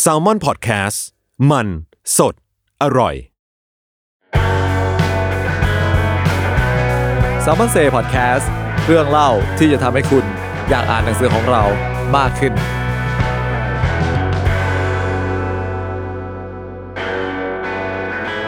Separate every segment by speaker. Speaker 1: แซลมอนพอดแคสต์มันสดอร่อย
Speaker 2: s ซ m ม n นเซ่พอดแคสต์เรื่องเล่าที่จะทำให้คุณอยากอ่านหนังสือของเรามากขึ้น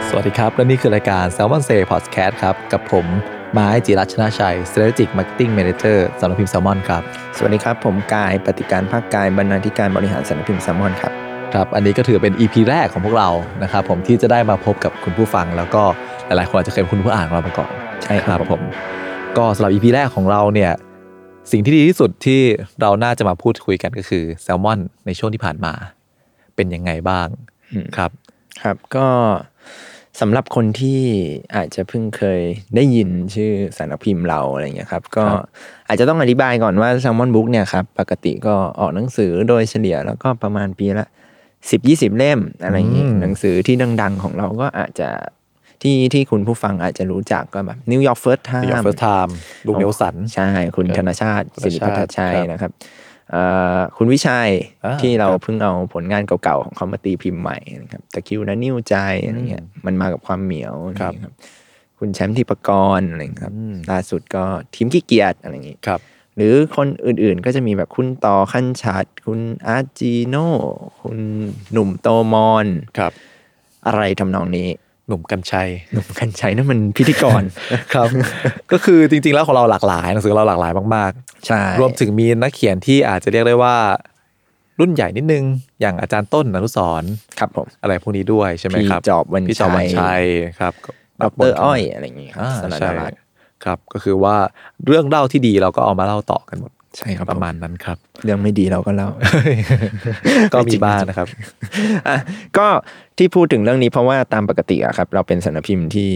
Speaker 2: สวัสดีครับ และนี่คือรายการ s ซ m ม n นเซ่พอดแคสต์ครับ กับผมไม้จิรัชนาชัย Strategic Marketing Manager สำนักพิมพ์ s ซ l m o n ครับ
Speaker 3: สวัสดีครับ ผมกายปฏิการภาคกายบรรณาธิการบริหารสำนักพิมพ์แซมมอนครับ
Speaker 2: ครับ อันนี้ก็ถือเป็น EP แรกของพวกเรานะครับผมที่จะได้มาพบกับคุณผู้ฟัง แล้วก็หลายๆคนอาจจะเคยเป็นคุณผู้อ่านของเรามาก่อน
Speaker 3: ใช่ครับผม
Speaker 2: ก็สำหรับ EP แรกของเราเนี่ยสิ่งที่ดีที่สุดที่เราน่าจะมาพูดคุยกันก็คือแซลมอนในช่วงที่ผ่านมา เป็นยังไงบ้าง
Speaker 3: อืม
Speaker 2: ครับ
Speaker 3: ครับ ก็สำหรับคนที่อาจจะเพิ่งเคยได้ยินชื่อสำนักพิมพ์เราอะไรเงี้ยครับ ก็
Speaker 2: ครับ
Speaker 3: อาจจะต้องอธิบายก่อนว่าแซมมอนบุ๊กเนี่ยครับ ปกติก็ออกหนังสือโดยเฉลี่ยแล้วก็ประมาณปีละสิบยี่สิบเล่มอะไรอย่างงี้หนังสือที่ดัง ๆ ของเราก็อาจจะที่ที่คุณผู้ฟังอาจจะรู้จักก็แบบนิวยอร์กเฟิร์สไท
Speaker 2: The Your First Time ลุงเนลสัน
Speaker 3: ใช่ คุณ
Speaker 2: ครับ
Speaker 3: ธนชาติ
Speaker 2: ธนชาติ
Speaker 3: สิริพัฒน์ชัย
Speaker 2: ครับ
Speaker 3: นะครับเอ่อคุณวิชัย
Speaker 2: อ่า
Speaker 3: ที่เรา
Speaker 2: ครับ
Speaker 3: เพิ่งเอาผลงานเก่าๆ ของเขามาตีพิมพ์ใหม่นะครับตะคริวนะนิ้วใจอะไรเงี้ยมันมากับความเหมียว
Speaker 2: ครับ
Speaker 3: นี่ครับ คุณแชมป์ทิปกรณ์อะไรเงี้ยครับล่าสุดก็ทีมขี้เกียจอะไรอย่างงี้
Speaker 2: ครับ
Speaker 3: หรือคนอื่นๆก็จะมีแบบคุณต่อขั้นชัด คุณอาร์จีโน่คุณหนุ่มโตมอน
Speaker 2: ครับ
Speaker 3: อะไรทำนองนี้
Speaker 2: หนุ่มกัญชัย
Speaker 3: หนุ่มกันชัยนั่นมันพิธีกร
Speaker 2: ครับ ก็คือจริงๆแล้วของเราหลากหลายหนังสือเราหลากหลายมาก
Speaker 3: ใช่
Speaker 2: ๆ รวมถึงมีนักเขียนที่อาจจะเรียกได้ว่า รุ่นใหญ่นิดนึง อย่างอาจารย์ต้นอนุสรณ์
Speaker 3: ครับผม
Speaker 2: อะไรพวกนี้ด้วยใช่ไหมครับ
Speaker 3: พี่จอบวรรณชัย
Speaker 2: พี่จอบวันชัยครับ
Speaker 3: ดอกเตอรอ้อยอะไรอย่างงี้ครับ
Speaker 2: อ่า
Speaker 3: สรณ
Speaker 2: ใช่
Speaker 3: รัตน์
Speaker 2: ครับก็คือว่าเรื่องเล่าที่ดีเราก็เอามาเล่าต่อกันหมด
Speaker 3: ใช่ครับ
Speaker 2: ประมาณนั้นครับ
Speaker 3: เรื่องไม่ดีเราก็เล่า
Speaker 2: ก็มีบ้างนะครับ
Speaker 3: อ่ะก็ที่พูดถึงเรื่องนี้เพราะว่าตามปกติอะครับ เราเป็นสำนักพิมพ์ที่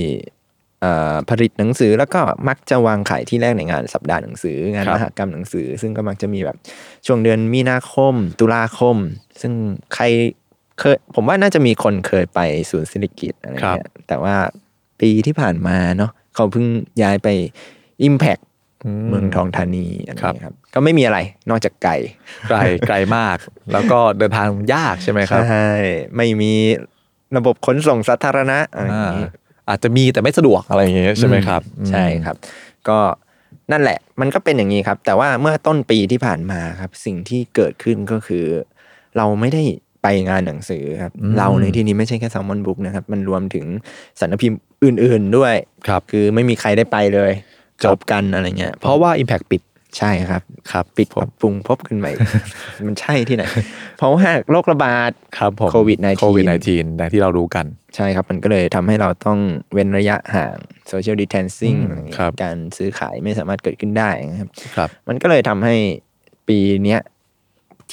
Speaker 3: เอ่อผลิตหนังสือแล้วก็มักจะวางขายที่แรกในงานสัปดาห์หนังสืองาน
Speaker 2: ครับ
Speaker 3: มหกรรมหนังสือ ซึ่งก็มักจะมีแบบช่วงเดือนมีนาคม ตุลาคม ซึ่งใครเคยผมว่าน่าจะมีคนเคยไปศูนย์ศิริกิตอะไรเงี้ยแต่ว่าปีที่ผ่านมาเนาะเขาเพิ่งย้ายไป Impact เมืองทองธานีอะไรเงี้ยครับก็ไม่มีอะไรนอกจากไก่
Speaker 2: ไกลไกลมาก แล้วก็เดินทางยากใช่ไหมครับ
Speaker 3: ใช่ ไม่มีระบบขนส่งสาธารณะอะไรอย่างนี้
Speaker 2: อ่าอาจจะมีแต่ไม่สะดวกอะไรอย่างเงี้ยใช่ไหมครับ
Speaker 3: ใช่ครับ ก็นั่นแหละ มันก็เป็นอย่างนี้ครับ แต่ว่าเมื่อต้นปีที่ผ่านมาครับ สิ่งที่เกิดขึ้นก็คือ เราไม่ได้ไปงานหนังสือครับ เราในที่นี้ไม่ใช่แค่แซลมอนบุ๊กนะครับ มันรวมถึงสำนักพิมพ์อื่น ๆด้วย
Speaker 2: ครับ
Speaker 3: คือไม่มีใครได้ไปเลย
Speaker 2: ค
Speaker 3: จ
Speaker 2: รับ
Speaker 3: บกันอะไรเงี้ย
Speaker 2: เพราะว่า Impact ปิด
Speaker 3: ใช่ครับ
Speaker 2: ครับ
Speaker 3: ปิดปรับปรุงพบกัน ใหม่ มันใช่ที่ไหน เพราะว่าโรคระบาด
Speaker 2: ครับผม
Speaker 3: โควิด19
Speaker 2: โควิด19อย่างที่เรารู้กัน
Speaker 3: ใช่ครับ มันก็เลยทำให้เราต้องเว้นระยะห่าง social distancing
Speaker 2: อืม
Speaker 3: อะไรอย่างเงี้ย
Speaker 2: ครับ
Speaker 3: การซื้อขายไม่สามารถเกิดขึ้นได้นะครับ
Speaker 2: ครับ
Speaker 3: มันก็เลยทำให้ปีเนี้ย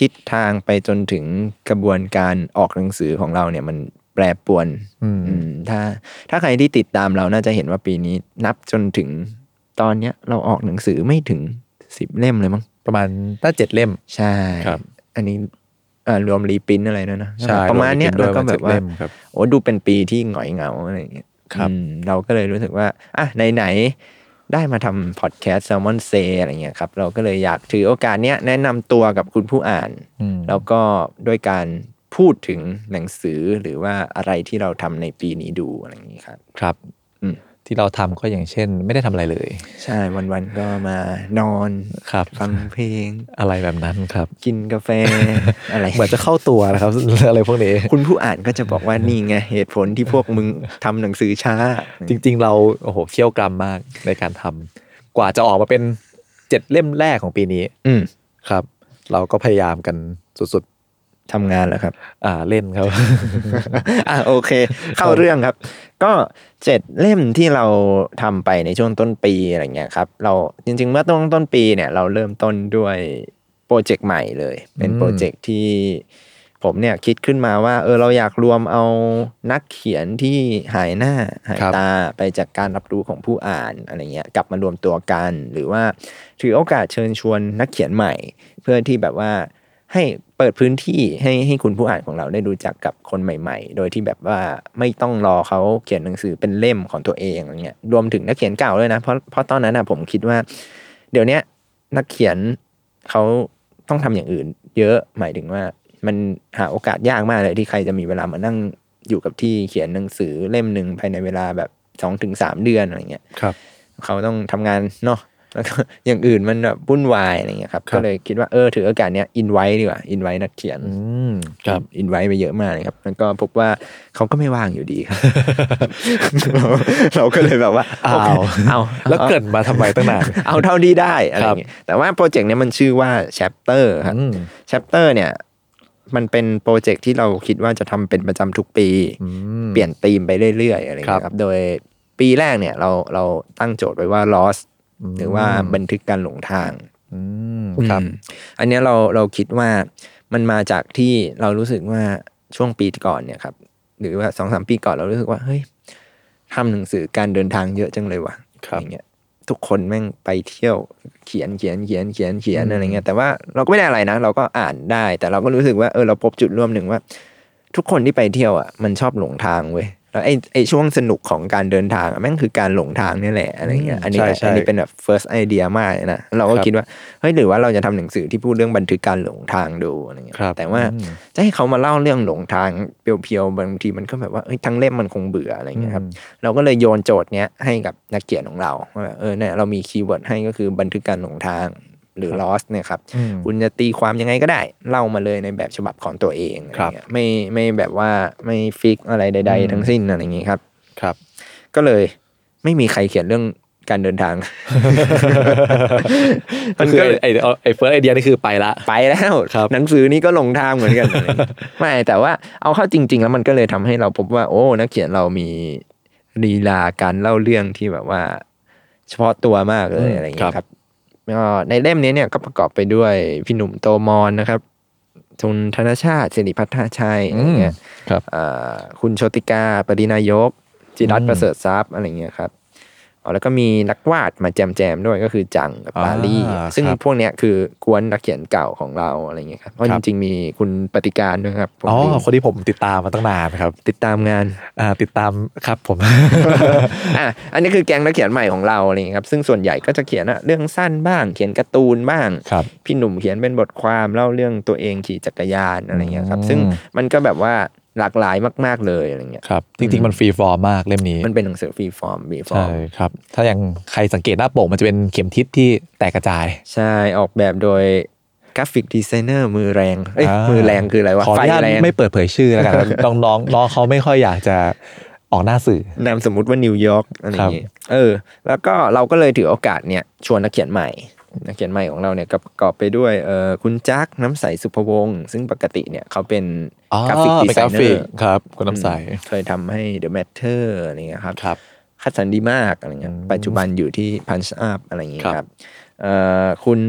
Speaker 3: ทิศทางไปจนถึงกระบวนการออกหนังสือของเราเนี่ยมันแปรปรวน
Speaker 2: อืม
Speaker 3: อืมถ้าถ้าใครที่ติดตามเราน่าจะเห็นว่าปีนี้นับจนถึงตอนเนี้ยเราออกหนังสือไม่ถึงสิบเล่มเลยมั้ง
Speaker 2: ประมาณน่าเจ็ดเล่ม
Speaker 3: ใช่
Speaker 2: ครับ
Speaker 3: อันนี้เอ่อรวมรีปรินท์อะไรด้วยนะ
Speaker 2: ใช่
Speaker 3: ประมาณเนี้ย
Speaker 2: รวมรีปริ
Speaker 3: แล้วก็
Speaker 2: นท์ด้วยมาจาก
Speaker 3: แบบ
Speaker 2: เล่
Speaker 3: ว่าม
Speaker 2: ครับ
Speaker 3: โอ้ดูเป็นปีที่หงอยเหงาอะไรอย่างเงี้ย
Speaker 2: ครับ
Speaker 3: อืมเราก็เลยรู้สึกว่าอ่ะไหนๆได้มาทำพอดแคสต์แซลมอนเซอะไรเงี้ยครับ เราก็เลยอยากถือโอกาสเนี้ยแนะนำตัวกับคุณผู้อ่าน
Speaker 2: อืม
Speaker 3: แล้วก็ด้วยการพูดถึงหนังสือหรือว่าอะไรที่เราทำในปีนี้ดูอะไรอย่างนี้ครับ
Speaker 2: ครับ
Speaker 3: อืม
Speaker 2: ที่เราทำก็อย่างเช่น ไม่ได้ทำอะไรเลย
Speaker 3: ใช่วันๆก็มานอน
Speaker 2: ครับ
Speaker 3: ฟังเพลง
Speaker 2: อะไรแบบนั้นครับ
Speaker 3: กินกาแฟอะไร
Speaker 2: เหมือนจะเข้าตัวนะครับ อะไรพวกนี้
Speaker 3: คุณผู้อ่านก็จะบอกว่านี่ไงเหตุผลที่พวกมึงทำหนังสือช้า
Speaker 2: จริงๆ เราโอ้โหเคี่ยวกรามมากในการทำกว่าจะออกมาเป็นเจ็ดเล่มแรกของปีนี้
Speaker 3: อืม
Speaker 2: ครับ เราก็พยายามกันสุด
Speaker 3: ทำงานแล้วครับ
Speaker 2: ๆ อ่าเล่นครับ
Speaker 3: อ่ะโอเค เข้าเรื่องครับ ก็เจ็ดเล่มที่เราทำไปในช่วงต้นปีอะไรเงี้ยครับ เราจริง ๆ เมื่อต้นต้นปีเนี่ย เราเริ่มต้นด้วยโป รเจกต์ใหม่เลย เป็น
Speaker 2: อืม
Speaker 3: โปรเจกต์ที่ผมเนี่ยคิดขึ้นมาว่า เออเราอยากรวมเอานักเขียนที่หายหน้าหายตาไปจากการรับรู้ของผู้อ่านอะไรเงี้ยกลับมารวมตัวกัน หรือว่าถือโอกาสเชิญชวนนักเขียนใหม่ เพื่อที่แบบว่า ให้เปิดพื้นที่ให้ให้คุณผู้อ่านของเราได้รู้จักกับคนใหม่ ๆ โดยที่แบบว่าไม่ต้องรอเขาเขียนหนังสือเป็นเล่มของตัวเองอะไรเงี้ยรวมถึงนักเขียนเก่าด้วยนะเพราะเพราะตอนนั้นนะผมคิดว่า เดี๋ยวเนี้ยนักเขียนเขาต้องทำอย่างอื่น เยอะหมายถึงว่า มันหาโอกาสยากมากเลยที่ใครจะมีเวลามานั่งอยู่กับที่เขียนหนังสือเล่มหนึ่งภายในเวลาแบบสองถึงสามเดือนอะไรเงี้ย
Speaker 2: ครับ
Speaker 3: เขาต้องทำงานเนาะแล้วก็ อย่างอื่นมันแบบวุ่นวายอะไรเงี้ยครับ
Speaker 2: ครับ
Speaker 3: ก็เลยคิดว่าเออถือโอกาสเนี้ยอินไว้ดีกว่าอินไว้นักเขียน
Speaker 2: อืมครับ
Speaker 3: อินไว้ไปเยอะมากเลยครับแล้วก็พบว่าเขาก็ไม่ว่างอยู่ดี ครับ เราเราก็เลยแบบว่า
Speaker 2: อ้าว
Speaker 3: โคเอา
Speaker 2: แล้วเกริดมาทำไมตั้งนาน
Speaker 3: เอาเท่าที่ได้อะไรอย่างเงี้ยแต่ว่าโปรเจกต์เนี้ยมันชื่อว่า chapter ครับ
Speaker 2: อืม
Speaker 3: chapter เนี่ยมันเป็นโปรเจกต์ที่เราคิดว่าจะทำเป็นประจำทุกปี
Speaker 2: อืม
Speaker 3: เปลี่ยนธีมไปเรื่อยๆอะไรอย่าง
Speaker 2: ครั
Speaker 3: เงี้
Speaker 2: บ
Speaker 3: ยครับ โดยปีแรกเนี่ยเราเราตั้งโจทย์ไว้ว่า loss
Speaker 2: อืม
Speaker 3: หรือว่าบันทึกการหลงทาง
Speaker 2: อืมครับ
Speaker 3: อืมอันเนี้ยเราเราคิดว่ามันมาจากที่เรารู้สึกว่าช่วงปีก่อนเนี่ยครับ หรือว่าสองสามปีก่อนเรารู้สึกว่าเฮ้ยทำหนังสือการเดินทางเยอะจังเลยว่ะ
Speaker 2: ครับ
Speaker 3: อย่างเงี้ยทุกคนแม่งไปเที่ยวเขียนเขียนเขียนเขียนเขียนอะไรเงี้ยแต่ว่าเราก็ไม่ได้อะไรนะ เราก็อ่านได้ แต่เราก็รู้สึกว่าเออเราพบจุดร่วมหนึ่งว่า ทุกคนที่ไปเที่ยวอ่ะมันชอบหลงทางเว้ยแล้วไอ้ไอ้ช่วงสนุกของการเดินทางอะแม่งคือการหลงทางเนี่ยแหละอะไรเงี้ย
Speaker 2: อืม
Speaker 3: อันนี้
Speaker 2: ใช่ใช่
Speaker 3: อันนี้เป็นแบบ first idea มากเลยนะเราก็
Speaker 2: ครับ
Speaker 3: คิดว่าเฮ้ยหรือว่าเราจะทำหนังสือที่พูดเรื่องบันทึกการหลงทางดูอะไรเงี้ย
Speaker 2: ครับ
Speaker 3: แต่ว่า
Speaker 2: อืม
Speaker 3: จะให้เขามาเล่าเรื่องหลงทางเพียวๆบางทีมันก็แบบว่าเอ้ยทั้งเล่มมันคงเบื่ออะไรเงี้ยครับ เราก็เลยโยนโจทย์เนี้ยให้กับนักเขียนของเราว่าแบบเออเนี่ยเรามีคีย์เวิร์ดให้ก็คือบันทึกการหลงทางหรือ lost เนี่ยครับ
Speaker 2: อืม
Speaker 3: คุณจะตีความยังไงก็ได้ เล่ามาเลยในแบบฉบับของตัวเองอะ
Speaker 2: ครั
Speaker 3: ไร
Speaker 2: บ
Speaker 3: เงี้ยไม่ไม่แบบว่าไม่ฟิกอะไรใด
Speaker 2: อืม
Speaker 3: ๆ ทั้งสิ้นอะไรอย่างงี้ครับ
Speaker 2: ครับ
Speaker 3: ก็เลยไม่มีใครเขียนเรื่องการเดินทาง
Speaker 2: มันก็ไอไอ้ไอเฟิร์สไอเดียนี่คือไปละ
Speaker 3: ไปแล้ว
Speaker 2: ครับ
Speaker 3: หนังสือนี้ก็ลงทางเหมื อนกัน ไม่แต่ว่าเอาเข้าจริง ๆ แล้วมันก็เลยทำให้เราพบว่า โอ้นักเขียนเรามีลีลาการเล่าเรื่องที่แบบว่า เฉพาะตัวมากเลย
Speaker 2: อืม
Speaker 3: อะไรอย่างเงี้ยครับก็ในเล่มนี้เนี่ยก็ประกอบไปด้วยพี่หนุ่มโตมอนนะครับทุนธนชาติสิริพัฒนาชัย
Speaker 2: อืม
Speaker 3: อะไรเงี้ย
Speaker 2: ครับ
Speaker 3: เอ่อคุณโชติกาปรินายก จิรัต
Speaker 2: อืม
Speaker 3: น์ประเสริฐทรัพย์อะไรเงี้ยครับอ๋อแล้วก็มีนักวาดมาแจมแจมๆด้วยก็คือจังกับ ปารีส
Speaker 2: อ่า
Speaker 3: ซึ่ง
Speaker 2: ครับ
Speaker 3: พวกเนี้ยคือกวนนักเขียนเก่าของเราอะไรเงี้ยครับเพราะ
Speaker 2: ครั
Speaker 3: จ
Speaker 2: บ
Speaker 3: ริงๆมีคุณปฏิการด้วยครับผม
Speaker 2: อ๋อ
Speaker 3: ดู
Speaker 2: คนที่ผมติดตามมาตั้งนานครับ
Speaker 3: ติดตามงาน
Speaker 2: อ่าติดตามครับผม
Speaker 3: อ่ะอันนี้คือแก๊งนักเขียนใหม่ของเราอะไรเงี้ยครับซึ่งส่วนใหญ่ก็จะเขียนอะเรื่องสั้นบ้าง เขียนการ์ตูนบ้าง
Speaker 2: ครับ
Speaker 3: พี่หนุ่มเขียนเป็นบทความเล่าเรื่องตัวเองขี่จักรยานอะไรเงี้ยครับ
Speaker 2: อืม
Speaker 3: ซึ่งมันก็แบบว่าหลากหลายมาก ๆเลยอะไรเงี้ย
Speaker 2: ครับ จริง ๆ มันฟรีฟอร์มมากเล่มนี้
Speaker 3: มันเป็นหนังสือฟรีฟอร์มฟรีฟอ
Speaker 2: ใช่
Speaker 3: ร์ม
Speaker 2: ครับ ถ้ายังใครสังเกตหน้าปกมันจะเป็นเข็มทิศที่แตกกระจาย
Speaker 3: ใช่ออกแบบโดยกราฟิกดีไซเนอร์มือแรงเอ้ย
Speaker 2: อ่า
Speaker 3: มือแรงคืออะไรวะ
Speaker 2: ขออ
Speaker 3: ไฟ
Speaker 2: นุญาต
Speaker 3: แรง
Speaker 2: ไม่เปิดเผยชื่อแล้วกัน ครับ น้องน้องน้องเขาไม่ค่อยอยากจะออกหน้าสื่อ
Speaker 3: นามสมมุติว่านิวยอร์กอะไรอย่างงี้เออ แล้วก็เราก็เลยถือโอกาสเนี่ยชวนนักเขียนใหม่ นักเขียนใหม่ของเราเนี่ยก็ประกอบไปด้วยเออคุณจักรน้ำใสสุภวงศ์ซึ่งปกติเนี่ยเขาเป็น
Speaker 2: อ๋อก
Speaker 3: ราฟิกดี
Speaker 2: เป็น
Speaker 3: ไซ
Speaker 2: กรา
Speaker 3: เน
Speaker 2: ฟิ
Speaker 3: อก ร์
Speaker 2: ครับคุณน้ำใส
Speaker 3: เคยทำให้ The Matter อะไรเงี้ยครับ
Speaker 2: ครับ
Speaker 3: คัดสรรดีมากอะไรเงี้ย
Speaker 2: อืม
Speaker 3: ปัจจุบันอยู่ที่ Punch Up อะไรอย่างเงี้ย
Speaker 2: ค
Speaker 3: ค
Speaker 2: รั
Speaker 3: รับ บเอ่อคุณ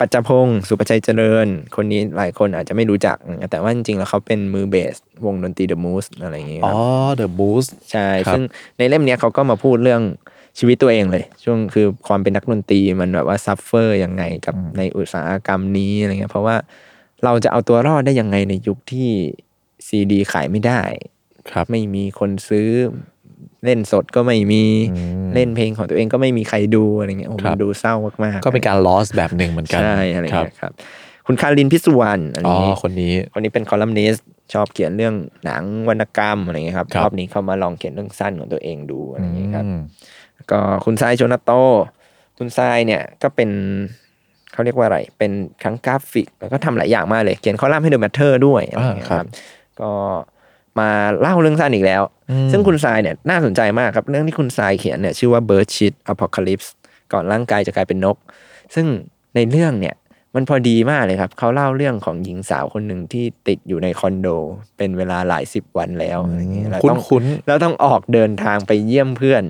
Speaker 3: ปัจจพงศ์สุประชัยเจริญ คนนี้หลายคนอาจจะไม่รู้จักนะแต่ว่าจริงๆแล้วเขาเป็นมือเบสวงดนตรี The Moose อะไรอย่างเงี้ยค
Speaker 2: อ๋
Speaker 3: รั
Speaker 2: อ
Speaker 3: บ
Speaker 2: The Boost
Speaker 3: ใช่
Speaker 2: ครับ
Speaker 3: ซึ่งในเล่มเนี้ยเขาก็มาพูดเรื่องชีวิตตัวเองเลย ช่วงคือความเป็นนักดนตรีมันแบบว่าซัฟเฟอร์ยังไงกับ
Speaker 2: อืม
Speaker 3: ในอุตสาหกรรมนี้อะไรเงี้ย เพราะว่าเราจะเอาตัวรอดได้ยังไงในยุคที่ซีดีขายไม่ได้
Speaker 2: ครับ
Speaker 3: ไม่มีคนซื้อ เล่นสดก็ไม่มี
Speaker 2: อืม
Speaker 3: เล่นเพลงของตัวเองก็ไม่มีใครดูอะไรเงี้ยโอ้โห
Speaker 2: ครั
Speaker 3: มั
Speaker 2: บ
Speaker 3: นดูเศร้ามากๆ
Speaker 2: ก็เป็นการ loss แบบหนึ่งเหมือนกัน
Speaker 3: ใช่อะไร
Speaker 2: ครับ
Speaker 3: เงี้ยครับ คุณคารินพิสุวรรณอัน
Speaker 2: อ๋อ
Speaker 3: นี้
Speaker 2: คนนี้
Speaker 3: คนนี้เป็นคอลัมนิสต์ชอบเขียนเรื่องหนังวรรณกรรมอะไรเงี้ยครับ
Speaker 2: ครับ
Speaker 3: รอบนี้เขามาลองเขียนเรื่องสั้นของตัวเองดูอะไรเงี้ยครับ
Speaker 2: อืม
Speaker 3: ก็คุณทรายโชนาโต คุณทรายเนี่ยก็เป็นเขาเรียกว่าอะไร เป็นทั้งกราฟิก แล้วก็ทำหลายอย่างมากเลย เขียนคอลัมน์ให้เดอะแมทเทอร์ด้วยอะไรเงี้ยค
Speaker 2: อ่าครั
Speaker 3: รั
Speaker 2: บบ
Speaker 3: ก็มาเล่าเรื่องสั้นอีกแล้ว
Speaker 2: อืม
Speaker 3: ซึ่งคุณทรายเนี่ยน่าสนใจมากครับ เรื่องที่คุณทรายเขียนเนี่ยชื่อว่า Bird Shit Apocalypse ก่อนร่างกายจะกลายเป็นนก ซึ่งในเรื่องเนี่ย มันพอดีมากเลยครับ เขาเล่าเรื่องของหญิงสาวคนหนึ่งที่ติดอยู่ในคอนโด เป็นเวลาหลายสิบวันแล้วอะไรเงี้ยเรา
Speaker 2: คุ้น
Speaker 3: ต้อง
Speaker 2: คุ้น
Speaker 3: แล้วต้องออกเดินทางไปเยี่ยมเพื่อน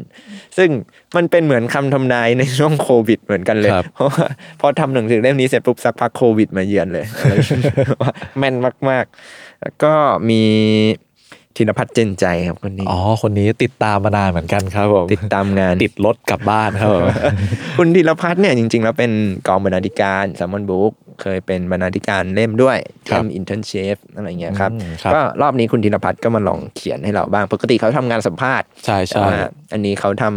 Speaker 3: ซึ่งมันเป็นเหมือนคำทำนายในช่วงโควิดเหมือนกันเลย เพราะว่าพอทำหนังสือเล่มนี้เสร็จปุ๊บสักพักโควิดมาเยื อนเลยอะไรอย่างเงี้ยว่าแม่นมากๆแล้วก็มีธินพัฒน์เจนใจครับคนนี้
Speaker 2: อ๋อ คนนี้ติดตามมานานเหมือนกันครับผม
Speaker 3: ติดตามงาน
Speaker 2: ติดรถกลับบ้านครับผม
Speaker 3: คุณธีรพัฒน์เนี่ยจริง ๆ แล้วเป็นกองบรรณาธิการสามอนบุ๊กเคยเป็นบรรณาธิการเล่มด้วย
Speaker 2: ครั
Speaker 3: เล่
Speaker 2: บ
Speaker 3: มอินเทอร์เชฟอะไรเงี้ยครับ
Speaker 2: อืมครับ
Speaker 3: ก็รอบนี้คุณธีรพัฒน์ก็มาลองเขียนให้เราบ้าง ปกติเขาทำงานสัมภาษณ์
Speaker 2: ใช่
Speaker 3: แต่
Speaker 2: ใช่
Speaker 3: ว่าอันนี้เขาทำ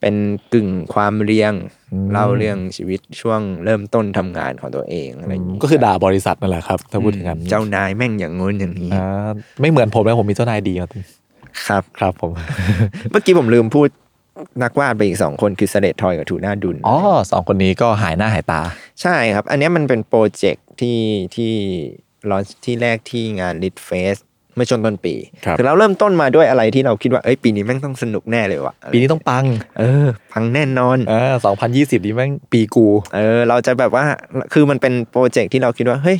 Speaker 3: เป็นกึ่งความเรียง
Speaker 2: อืม
Speaker 3: เล่าเรื่องชีวิตช่วงเริ่มต้นทำงานของตัวเองอะไรอย่างนี้
Speaker 2: ก็คือด่าบริษัทนั่นแหละครับ ถ้าพูดถึงกัน
Speaker 3: เจ้านายแม่งอย่างงู้นอย่างนี้
Speaker 2: อ่าไม่เหมือนผมนะผมมีเจ้านายดีครับ
Speaker 3: ครับ
Speaker 2: ครับผม
Speaker 3: เมื่อกี้ผมลืมพูดนักวาดไปอีกสองคนคือเสเลดทอยกับทูน่าดุน
Speaker 2: อ๋อสองคนนี้ก็หายหน้าหายตา
Speaker 3: ใช่ครับ อันเนี้ยมันเป็นโปรเจกต์ที่ที่ลอนที่แรกที่งานลิทเฟสเมื่อช่วงต้นปี
Speaker 2: ครับ
Speaker 3: อเราเริ่มต้นมาด้วยอะไรที่เราคิดว่าเอ้ยปีนี้แม่งต้องสนุกแน่เลยว่ะ
Speaker 2: ปีนี้ต้องปัง
Speaker 3: เออพังแน่นอน
Speaker 2: เออสองพันยี่สิบนี่แม่งปีกู
Speaker 3: เออเราจะแบบว่าคือมันเป็นโปรเจกต์ที่เราคิดว่าเฮ้ย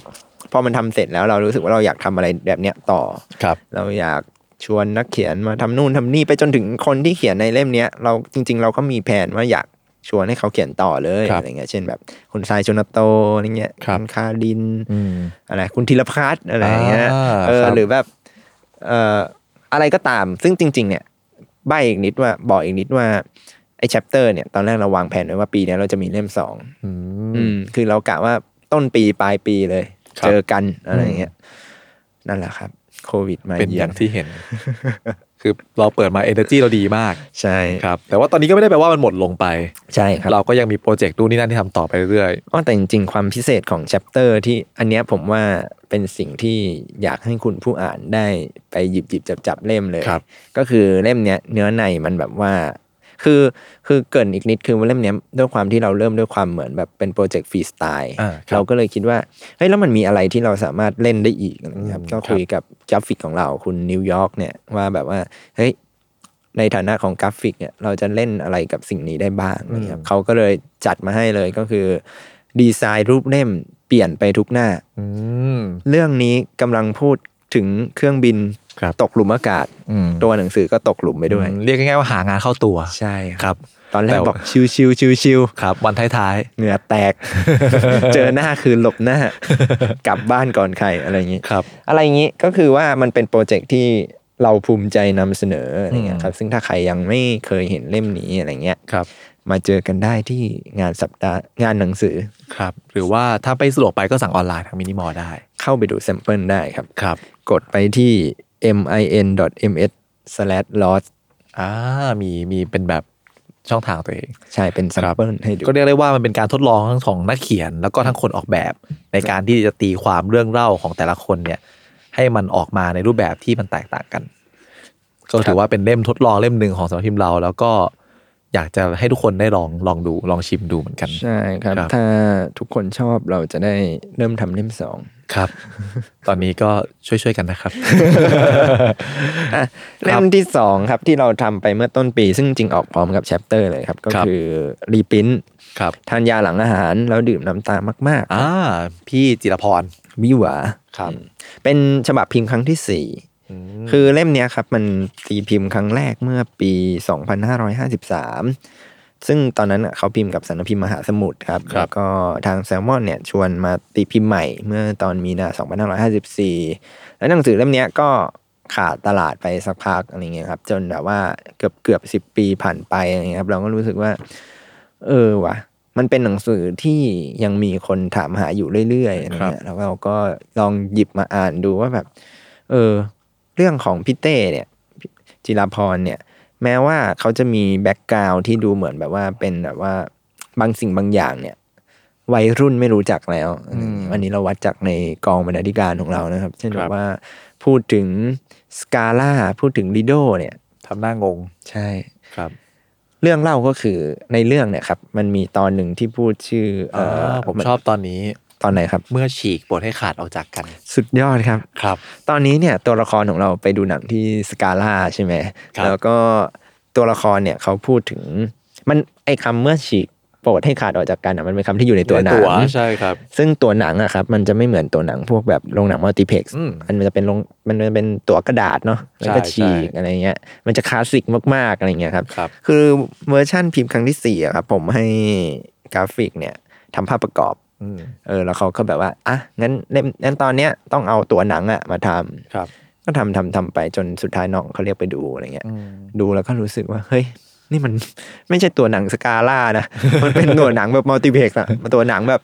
Speaker 3: พอมันทำเสร็จแล้วเรารู้สึกว่าเราอยากทำอะไรแบบเนี้ยต่อ
Speaker 2: ครับ
Speaker 3: เราอยากชวนนักเขียนมาทำนู่นทำนี่ไปจนถึงคนที่เขียนในเล่มเนี้ยเราจริง ๆ เราก็มีแผนว่าอยากชวนให้เขาเขียนต่อเลย
Speaker 2: ครับ
Speaker 3: อะไรเงี้ยเช่นแบบคุณทรายชนโตอะไรเงี้ย
Speaker 2: ครับ
Speaker 3: ณคาริน
Speaker 2: อืม
Speaker 3: อะไรคุณธีรพัฒน์อะไรอย่างเงี้ย
Speaker 2: อ่า
Speaker 3: เออ
Speaker 2: ครับ
Speaker 3: หรือแบบเอ่ออะไรก็ตาม ซึ่งจริง ๆ เนี่ยใบอีกนิดว่าบอกอีกนิดว่าไอ้แชปเตอร์เนี่ยตอนแรกเราวางแผนไว้ว่าปีเนี้ยเราจะมีเล่มสอง
Speaker 2: อื
Speaker 3: อื
Speaker 2: ม
Speaker 3: มคือเรากะว่าต้นปีปลายปีเลย
Speaker 2: ครับ
Speaker 3: เจอกันอะไรอย่างเงี้ยนั่นแหละครับ โควิดมา
Speaker 2: เป็น
Speaker 3: เยือย่
Speaker 2: อาน งที่เห็น คือเราเปิดมา energy เราดีมาก
Speaker 3: ใช่
Speaker 2: ครับ แต่ว่าตอนนี้ก็ไม่ได้แปลว่ามันหมดลงไป
Speaker 3: ใช่ครับ
Speaker 2: เราก็ยังมีโปรเจกต์นู่นนี่นั่นที่ทำต่อไปเรื่อย
Speaker 3: อ้อแต่จริงๆ ความพิเศษของแชปเตอร์ที่อันเนี้ยผมว่าเป็นสิ่งที่อยากให้คุณผู้อ่านได้ไปหยิบหยิบจับจับๆเล่มเลย
Speaker 2: ครับ
Speaker 3: ก็คือเล่มเนี้ยเนื้อในมันแบบว่า คือคือเกรินอีกนิดคือเล่มเนี้ยด้วยความที่เราเริ่มด้วยความเหมือนแบบเป็นโปรเจกต์ฟรีสไตล์
Speaker 2: อ่าครั
Speaker 3: เรา
Speaker 2: บ
Speaker 3: ก็เลยคิดว่าเฮ้ยแล้วมันมีอะไรที่เราสามารถเล่นได้อีกอะไรเงี้ยครับ
Speaker 2: อืม
Speaker 3: ก็คุยกับกราฟิกของเราคุณนิวยอร์กเนี่ยว่าแบบว่าเฮ้ยในฐานะของกราฟิกเนี่ยเราจะเล่นอะไรกับสิ่งนี้ได้บ้างอะไรเงี้ยครั
Speaker 2: อื
Speaker 3: บ
Speaker 2: ม
Speaker 3: เขาก็เลยจัดมาให้เลยก็คือ ดีไซน์รูปเล่มเปลี่ยนไปทุกหน้า
Speaker 2: อืม
Speaker 3: เรื่องนี้กำลังพูดถึงเครื่องบิน
Speaker 2: ครับ
Speaker 3: ตกหลุมอากาศ
Speaker 2: อืม
Speaker 3: ตัวหนังสือก็ตกหลุมไปด้วย
Speaker 2: อืมเรียกง่ายๆว่าหางานเข้าตัว
Speaker 3: ใช่
Speaker 2: ครับ
Speaker 3: ตอนแร
Speaker 2: แต่
Speaker 3: ก
Speaker 2: ว่า
Speaker 3: บอกชิวชิวชิวชิวๆ
Speaker 2: ครับ วันท้าย
Speaker 3: เหงื่อแตก เจอหน้าคือหลบหน้า กลับบ้านก่อนใครอะไรอย่างนี้
Speaker 2: ๆ ครับ
Speaker 3: อะไรอย่างนี้ก็คือว่ามันเป็นโปรเจกต์ที่เราภูมิใจนำเสนออะไรเงี้ยครับ ซึ่งถ้าใครยังไม่เคยเห็นเล่มนี้อะไรเงี้ย
Speaker 2: ครับ
Speaker 3: มาเจอกันได้ที่งานสัปดาห์งานหนังสือ
Speaker 2: ครับ หรือว่าถ้าไปสะดวกไปก็สั่งออนไลน์ทางมินิมอลได้
Speaker 3: เข้าไปดูแซมเปิลได้ครับ
Speaker 2: ครับ
Speaker 3: กดไปที่ min.ms/loss
Speaker 2: อ่า มี มีเป็นแบบช่องทางตัวเอง
Speaker 3: ใช่เป็นแซมเปิลให้ดู
Speaker 2: ก็เรียกได้ว่ามันเป็นการทดลองทั้งของนักเขียนแล้วก็ทั้งคนออกแบบ ในการที่จะตีความเรื่องเล่าของแต่ละคนเนี่ย ให้มันออกมาในรูปแบบที่มันแตกต่างกัน ก็ถือว่าเป็นเล่มทดลองเล่มหนึ่งของสำนักพิมพ์เรา แล้วก็อยากจะให้ทุกคนได้ลองลองดูลองชิมดูเหมือนกัน
Speaker 3: ใช่ครับ
Speaker 2: ครับ
Speaker 3: ถ้าทุกคนชอบเราจะได้เริ่มทำเล่มสอง
Speaker 2: ครับ ตอนนี้ก็ช่วยๆกัน นะครับ
Speaker 3: อ่ะเล่มที่สองครับที่เราทำไปเมื่อต้นปี ซึ่งจริงออกพร้อมกับแชปเตอร์เลยครับ ก็
Speaker 2: ครับ
Speaker 3: คือรีพิ้น
Speaker 2: ครับ
Speaker 3: ทานยาหลังอาหาร แล้วดื่มน้ำตามาก
Speaker 2: อ่าพี่จิรพร
Speaker 3: ๆ วิหวา
Speaker 2: ครับ
Speaker 3: เป็นฉบับพิมพ์ครั้งที่สี่
Speaker 2: คือ
Speaker 3: คือเล่มเนี้ยครับมันตีพิมพ์ครั้งแรกเมื่อปี 2553 ซึ่งตอนนั้นน่ะเขาพิมพ์กับสำนักพิมพ์มหาสมุทรครับแล้วก็ทางแซลมอนเนี่ยชวนมาตีพิมพ์ใหม่เมื่อตอนมีนา2554 แล้วหนังสือเล่มเนี้ยก็ขาดตลาดไปสักพักอะไรเงี้ยครับ จนแบบว่าเกือบเกือบสิบปีผ่านไปอะไรเงี้ยครับ เราก็รู้สึกว่า เออว่ะ มันเป็นหนังสือที่ยังมีคนถามหาอยู่เรื่อยๆอะไรเงี้ยแล้วเราก็ลองหยิบมาอ่านดูว่าแบบ เออ เรื่องของพี่เต้เนี่ย จิราพรเนี่ย แม้ว่าเขาจะมีแบ็กกราวด์ที่ดูเหมือนแบบว่าเป็นแบบว่าบางสิ่งบางอย่างเนี่ย วัยรุ่นไม่รู้จักแล้วอันนี้เราวัดจากในกองบรรณาธิการของเรานะครับ เช่นแบบว่าพูดถึงสกาล่าพูดถึงลิโดเนี่ย
Speaker 2: ทำหน้างง
Speaker 3: ใช่
Speaker 2: ครับ
Speaker 3: เรื่องเล่าก็คือในเรื่องเนี่ยครับ มันมีตอนหนึ่งที่พูดชื่อเอ่อ
Speaker 2: ผมชอบตอนนี้
Speaker 3: ตอนไหนครับ
Speaker 2: เมื่อฉีกบทให้ขาดออกจากกัน
Speaker 3: สุดยอดครับ
Speaker 2: ครับ
Speaker 3: ตอนนี้เนี่ยตัวละครของเราไปดูหนังที่สกาล่าใช่ไหม
Speaker 2: ครับ
Speaker 3: แล้วก็ตัวละครเนี่ยเขาพูดถึงมันไอ้คำเมื่อฉีก โปรดให้ขาดออกจากกันอะมันเป็นคำที่อยู่ในตัวหนัง
Speaker 2: ใช่ครับ
Speaker 3: ซึ่งตัวหนังอะครับมันจะไม่เหมือนตัวหนังพวกแบบโรงหนังมัลติเพล็กซ์
Speaker 2: อืม
Speaker 3: มันจะเป็นโรงมันจะเป็นตัวกระดาษเนาะแล้วก็
Speaker 2: ใช่
Speaker 3: ฉีก
Speaker 2: ใช่
Speaker 3: อะไรเงี้ยมันจะคลาสสิกมากๆอะไรเงี้ยครับ
Speaker 2: ครับ
Speaker 3: คือเวอร์ชั่นพิมพ์ครั้งที่สี่อะครับผมให้กราฟิกเนี่ยทำภาพประกอบ
Speaker 2: อืม
Speaker 3: เออแล้วเขาก็แบบว่าอ่ะงั้นเล่มงั้นตอนเนี้ยต้องเอาตัวหนังอะมาทำ
Speaker 2: ครับ
Speaker 3: ก็ทำทำทำไปจนสุดท้ายน้องเขาเรียกไปดูอะไรเงี้ย
Speaker 2: อืม
Speaker 3: ดูแล้วก็รู้สึกว่าเฮ้ย นี่ มัน ไม่ใช่ตัวหนังสกาล่านะ มันเป็นตัวหนังแบบมัลติเพล็กซ์อะมันตัวหนังแบบ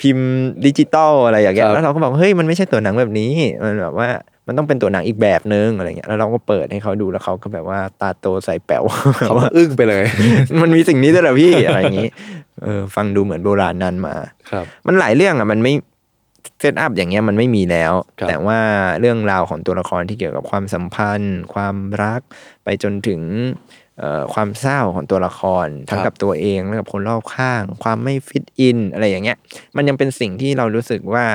Speaker 3: พิมพ์ดิจิตอลอะไรอย่างเงี้ยแล้วเราก็บอกเฮ้ยมันไม่ใช่ตัวหนังแบบนี้มันแบบว่ามันต้องเป็นตัวหนังอีกแบบนึงอะไรเงี้ยแล้วเราก็เปิดให้เขาดูแล้วเขาก็แบบว่าตาโตใส่แป๋ว
Speaker 2: เขาก็อึ้งไปเลย
Speaker 3: มันมีสิ่งนี้ด้วยเหรอพี่ อะไรอย่างนี้ เออ ฟังดูเหมือนโบราณนานมา
Speaker 2: ครับ
Speaker 3: มันหลายเรื่องอ่ะ มันไม่เซตอัพอย่างเงี้ยมันไม่มีแล้ว
Speaker 2: ครับ
Speaker 3: แต่ว่าเรื่องราวของตัวละครที่เกี่ยวกับความสัมพันธ์ ความรัก ไปจนถึงเอ่อความเศร้าของตัวละคร ทั้งกับตัวเองและกับคนรอบข้าง ความไม่ฟิตอินอะไรอย่างเงี้ย มันยังเป็นสิ่งที่เรารู้สึกว่า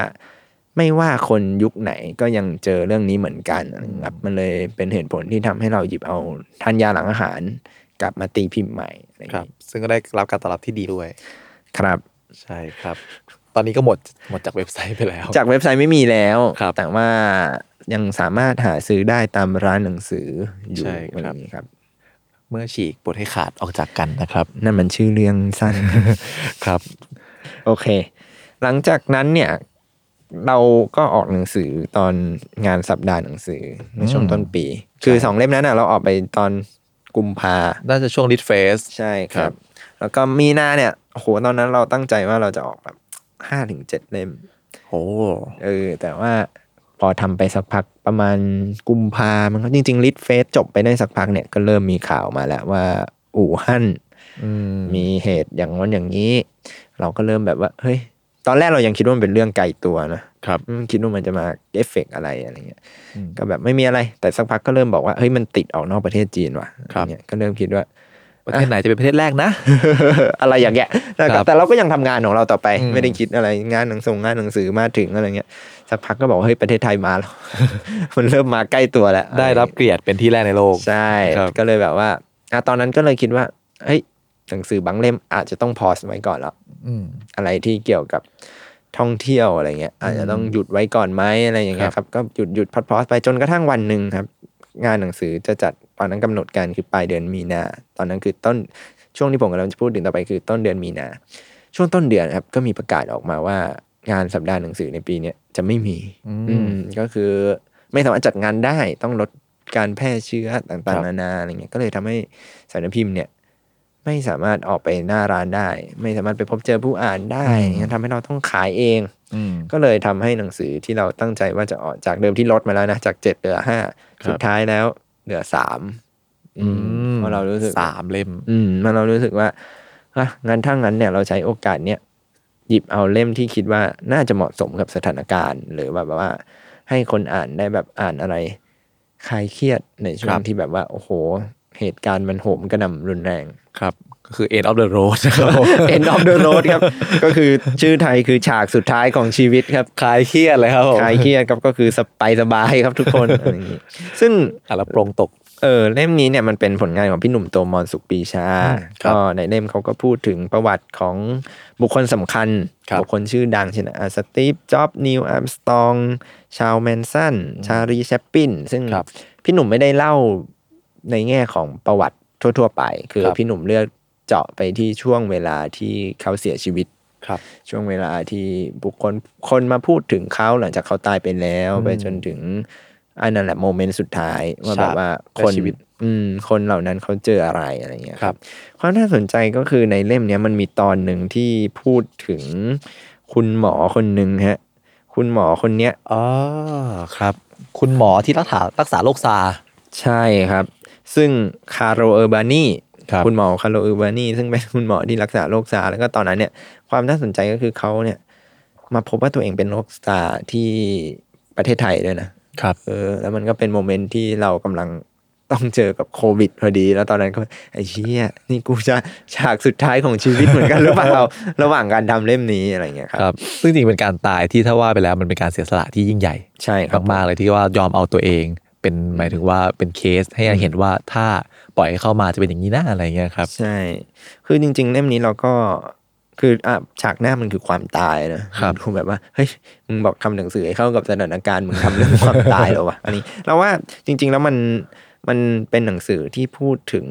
Speaker 3: ไม่ว่าคนยุคไหนก็ยังเจอเรื่องนี้เหมือนกันอะไรอย่างเงี้ยครับมันเลยเป็นเหตุผลที่ทำให้เราหยิบเอาทานยาหลังอาหาร กลับมาตีพิมพ์ใหม่อะไอย่าง
Speaker 2: ครับ
Speaker 3: งี้
Speaker 2: ซึ่งก็ได้รับการตอบรับที่ดีด้วย
Speaker 3: ครับ
Speaker 2: ใช่ครับ ตอนนี้ก็หมดหมดจากเว็บไซต์ไปแล้ว
Speaker 3: จากเว็บไซต์ไม่มีแล้ว
Speaker 2: ครับ
Speaker 3: แต่ว่ายังสามารถหาซื้อได้ตามร้านหนังสืออยู่
Speaker 2: ใช่
Speaker 3: วัน
Speaker 2: ครับ
Speaker 3: นี้ครับ
Speaker 2: เมื่อฉีกบทให้ขาดออกจากกันนะครับ
Speaker 3: นั่นมันชื่อเรื่องสั้น
Speaker 2: ครับ
Speaker 3: โอเค หลังจากนั้นเนี่ย เราก็ออกหนังสือตอนงานสัปดาห์หนังสือในช่วงต้นปี คือสองเล่มนั้นนะเราออกไปตอนกุมภา
Speaker 2: น่าจะช่วงลิทเฟส
Speaker 3: ใช่ค
Speaker 2: ครั
Speaker 3: รับ
Speaker 2: บ
Speaker 3: แล้วก็มีนาเนี่ยโอ้โหตอนนั้นเราตั้งใจว่าเราจะออกแบบห้าถึงเจ็ดเล่ม
Speaker 2: โอ้
Speaker 3: เออแต่ว่าพอทำไปสักพักประมาณกุมภามันก็จริงๆลิทเฟสจบไปได้สักพักเนี่ยก็เริ่มมีข่าวมาแล้วว่าอู่ฮั่น
Speaker 2: อืม
Speaker 3: มีเหตุอย่างนั้นอย่างนี้ เราก็เริ่มแบบว่าเฮ้ยตอนแรกเรายังคิดว่ามันเป็นเรื่องไกลตัวนะครับ อืมคิดว่ามันจะมาเอฟเฟกต์อะไรอะไรเงี้ย
Speaker 2: อืม
Speaker 3: ก็แบบไม่มีอะไร แต่สักพักก็เริ่มบอกว่าเฮ้ยมันติดออกนอกประเทศจีนว่ะ
Speaker 2: ครับ
Speaker 3: เนี่ยก็เริ่มคิดว่า
Speaker 2: ประเทศไหนจะเป็นประเทศแรกนะ
Speaker 3: อะไรอย่างเงี้ยนะค
Speaker 2: ครั
Speaker 3: รับบ แต่เราก็ยังทำงานของเราต่อไป
Speaker 2: อืม
Speaker 3: ไม่ได้คิดอะไรงานหนังส่งงานหนังสือมาถึงอะไรเงี้ยสักพักก็บอกว่าเฮ้ยประเทศไทยมาแล้ว มันเริ่มมาใกล้ตัวแล้ว
Speaker 2: ได้รับเกียรติเป็นที่แรกในโลก
Speaker 3: ใช่
Speaker 2: ครับ
Speaker 3: ก็เลยแบบว่าอ่ะตอนนั้นก็เลยคิดว่าเฮ้ยหนังสือบางเล่มอาจจะต้องพอสไว้ก่อนแล้ว
Speaker 2: อืม
Speaker 3: อะไรที่เกี่ยวกับท่องเที่ยวอะไรเงี้ยอาจจะต้องหยุดไว้ก่อนไหมอะไรอย่างเงี้ยครับก็หยุดหยุดพัดพอสไปจนกระทั่งวันหนึ่งครับ งานหนังสือจะจัดตอนนั้นกำหนดการคือปลายเดือนมีนา ตอนนั้นคือต้นช่วงที่ผมกำลังจะพูดถึงต่อไปคือต้นเดือนมีนา ช่วงต้นเดือนครับก็มีประกาศออกมาว่างานสัปดาห์หนังสือในปีเนี้ยจะไม่มี
Speaker 2: อืม
Speaker 3: อืมก็คือไม่สามารถจัดงานได้ต้องลดการแพร่เชื้อต่างๆนานาอะไรเงี้ยก็เลยทำให้สารพิมพ์เนี่ย ไม่สามารถออกไปหน้าร้านได้ ไม่สามารถไปพบเจอผู้อ่านได้งั้นทำให้เราต้องขายเอง
Speaker 2: อืม
Speaker 3: ก็เลยทำให้หนังสือที่เราตั้งใจว่าจะออกจากเดิมที่ลดมาแล้วนะจากเจ็ดเหลือห้า
Speaker 2: ครับ
Speaker 3: สุดท้ายแล้วเหลือสามอืมเพราะเรารู้สึก
Speaker 2: สามเล่ม
Speaker 3: อืมมันเรารู้สึกว่าอ่ะงั้นถ้างั้นเนี่ยเราใช้โอกาสเนี่ยหยิบเอาเล่มที่คิดว่าน่าจะเหมาะสมกับสถานการณ์ หรือแบบว่า ให้คนอ่านได้แบบอ่านอะไรคลายเครียดในช่
Speaker 2: ค
Speaker 3: ว
Speaker 2: รั
Speaker 3: ง
Speaker 2: บ
Speaker 3: ที่แบบว่า โอ้โห เหตุการณ์มันโหมกระหน่ำรุนแรง
Speaker 2: ครับ ก็คือ end of the road นะครับ
Speaker 3: End of the road ครับ ก็คือ ชื่อไทยคือฉากสุดท้ายของชีวิตครับ
Speaker 2: คลายเครียดเลยครับผม
Speaker 3: คลายเครียดครับก็คือสไปสบายครับทุกคนอะไรอย่างนี้ซึ่ง
Speaker 2: อ่ะแล้วปรงตก
Speaker 3: เออเล่มนี้เนี่ยมันเป็นผลงานของพี่หนุ่มโตมอนสุขปีชา
Speaker 2: อืมครับ
Speaker 3: ก็ในเล่มเขาก็พูดถึงประวัติของบุคคลสำคัญ
Speaker 2: ครับ
Speaker 3: บุคคลชื่อดังเช่นอาสตีฟจ็อบนิวอัมสตองชาวแมนสันชารีแชปปินซึ่ง พี่หนุ่มไม่ได้เล่าในแง่ของประวัติทั่ว ๆ ไป คือ
Speaker 2: ครับ
Speaker 3: พี่หนุ่มเลือกเจาะไปที่ช่วงเวลาที่เขาเสียชีวิต
Speaker 2: ครับ
Speaker 3: ช่วงเวลาที่บุคคลคนมาพูดถึงเขาหลังจากเขาตายไปแล้ว
Speaker 2: อืม
Speaker 3: ไปจนถึงอันนั้นแหละโมเมนต์สุดท้ายว่า
Speaker 2: ใช่
Speaker 3: แบบว่า
Speaker 2: และ
Speaker 3: คน
Speaker 2: ชีวิต
Speaker 3: อืมคนเหล่านั้นเขาเจออะไรอะไรเงี้ย
Speaker 2: ครับ
Speaker 3: ความน่าสนใจก็คือในเล่มเนี้ยมันมีตอนหนึ่งที่พูดถึงคุณหมอคนหนึ่งฮะ คุณหมอคนเนี้ย
Speaker 2: อ๋อ ครับ คุณหมอที่รักษารักษาโรคซา
Speaker 3: ใช่ครับ ซึ่งคาร์โรเออร์บานี
Speaker 2: ครับ
Speaker 3: คุณหมอคาร์โรเออร์บานีซึ่งเป็น คุณหมอที่รักษาโรคซาร์แล้วก็ตอนนั้นเนี่ย ความน่าสนใจก็คือเขาเนี่ย มาพบว่าตัวเองเป็นโรคซาร์ที่ประเทศไทยด้วยนะครับ เออ แล้วมันก็เป็นโมเมนต์ที่เรากำลังต้องเจอกับโควิดพอดี แล้วตอนนั้นก็ไอ้เชี่ยนี่กูจะฉากสุดท้ายของชีวิตเหมือนกันหรือเปล่า ระหว่างการทำเล่มนี้อะไรอย่างเงี้ยครับ
Speaker 2: ครับ ซึ่งจริงเป็นการตายที่ถ้าว่าไปแล้วมันเป็นการเสียสละที่ยิ่งใหญ่
Speaker 3: ใช่ครับ
Speaker 2: มากๆเลยที่ว่ายอมเอาตัวเอง เป็นหมายถึงว่าเป็นเคสให้เห็นว่าถ้าปล่อยให้เข้ามาจะเป็นอย่างนี้นะอะไรเงี้ยครับ
Speaker 3: ใช่ คือจริง ๆ เล่มนี้เราก็ คืออ่ะฉากหน้ามันคือความตายนะครับ ณแบบว่าเฮ้ยมึงบอกทำหนังสือให้เข้ากับสถานการณ์มึงทำเรื่องความตายเหร อวะอันนี้เราว่าจริง ๆ แล้วมันมันเป็นหนังสือที่พูดถึง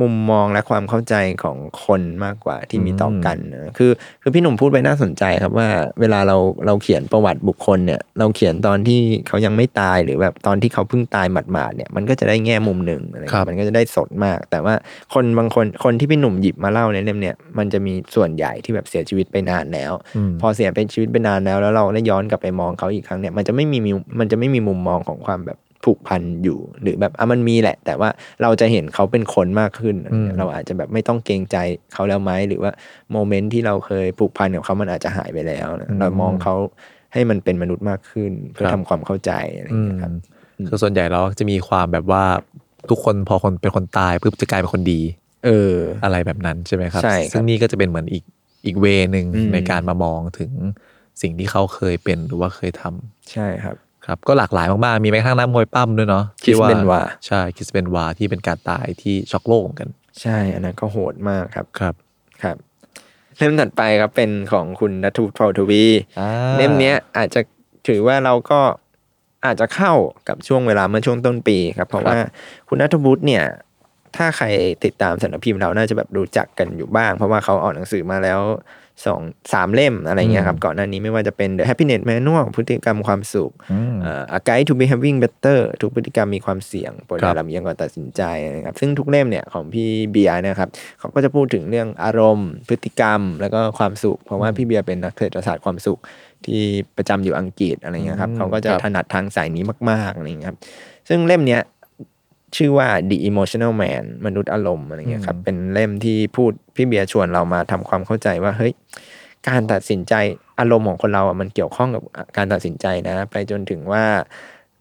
Speaker 3: มุมมองและความเข้าใจของคนมากกว่าที่มีต่อกันนะคือ คือพี่หนุ่มพูดไปน่าสนใจครับว่า เวลาเราเราเขียนประวัติบุคคลเนี่ย เราเขียนตอนที่เขายังไม่ตายหรือแบบตอนที่เขาเพิ่งตายหมาดๆเนี่ยมันก็จะได้แง่มุมหนึ่งอะไร
Speaker 2: ครับ
Speaker 3: มันก็จะได้สดมาก แต่ว่าคนบางคนคนที่พี่หนุ่มหยิบมาเล่าในเล่มเนี่ยมันจะมีส่วนใหญ่ที่แบบเสียชีวิตไปนานแล้ว
Speaker 2: อืม
Speaker 3: พอเสียเป็นชีวิตไปนานแล้วแล้วเราได้ย้อนกลับไปมองเขาอีกครั้งเนี่ยมันจะไม่มีมิวมันจะไม่มีมุมมองของความแบบผูกพันอยู่ หรือแบบอ่ะมันมีแหละ แต่ว่าเราจะเห็นเขาเป็นคนมากขึ้น
Speaker 2: อืม
Speaker 3: เราอาจจะแบบไม่ต้องเกรงใจเขาแล้วไหมหรือว่าโมเมนต์ที่เราเคยผูกพันกับเขามันอาจจะหายไปแล้วนะเรามองเขาให้มันเป็นมนุษย์มากขึ้น เพื่อทำความเข้าใจอะไรอย่างเงี้ยครับ
Speaker 2: อืมคือส่วนใหญ่เราจะมีความแบบว่าทุกคนพอคนเป็นคนตายปุ๊บจะกลายเป็นคนดี
Speaker 3: เออ
Speaker 2: อะไรแบบนั้นใช่ไหมครับ
Speaker 3: ใช่ครับ
Speaker 2: ซึ่งนี่ก็จะเป็นเหมือนอีกอีกเวหนึ่ง
Speaker 3: อืม
Speaker 2: ในการมามองถึงสิ่งที่เขาเคยเป็นหรือว่าเคยทำ
Speaker 3: ใช่ครับ
Speaker 2: ครับ ก็หลากหลายมากๆ มีแม้กระทั่งน้ำมวยปั้มด้วยเนาะ
Speaker 3: คิสเบนวา
Speaker 2: ใช่คิสเบนวาที่เป็นการตายที่ช็อกโลกเหมือนกัน
Speaker 3: ใช่ อันนั้นก็โหดมากครับ
Speaker 2: ครับ
Speaker 3: ครับเล่มถัดไปครับเป็นของคุณนัทวุฒิเผ่าทวี
Speaker 2: อ่า
Speaker 3: เล่มเนี้ยอาจจะถือว่าเราก็อาจจะเข้ากับช่วงเวลาเมื่อช่วงต้นปีครับ เพราะ
Speaker 2: ครับ
Speaker 3: ว่าคุณนัทวุฒิเนี่ย ถ้าใครติดตามสำนักพิมพ์เราน่าจะแบบรู้จักกันอยู่บ้าง เพราะว่าเขาออกหนังสือมาแล้วสองสามเล่มอะไรเงี้ยครับ ก่อนหน้านี้ไม่ว่าจะเป็น The Happiness Manual พฤติกรรมความสุข
Speaker 2: อืม
Speaker 3: เอ่อ A Guide to Behaving Better ทุกพฤติกรรมมีความเสี่ยงโปรด
Speaker 2: ครั
Speaker 3: อย่า
Speaker 2: บ
Speaker 3: ลำเอียงก่อนตัดสินใจนะครับ ซึ่งทุกเล่มเนี่ยของพี่เบียร์นะครับเขาก็จะพูดถึงเรื่องอารมณ์ พฤติกรรม แล้วก็ความสุข เพราะว่าพี่เบียร์เป็นนักเศรษฐศาสตร์ความสุขที่ประจำอยู่อังกฤษอะไรเงี้ยครับ
Speaker 2: อืม
Speaker 3: เขาก็จะ
Speaker 2: ครับ
Speaker 3: ถนัดทางสายนี้มากๆอะไรเงี้ยครับ ซึ่งเล่มเนี้ยชื่อว่า The Emotional Man มนุษย์อารมณ์อะไรเงี้ยครับ เป็นเล่มที่พูดพี่เบียร์ชวนเรามาทำความเข้าใจว่าเฮ้ย การตัดสินใจอารมณ์ของคนเราอ่ะมันเกี่ยวข้องกับการตัดสินใจนะ ไปจนถึงว่า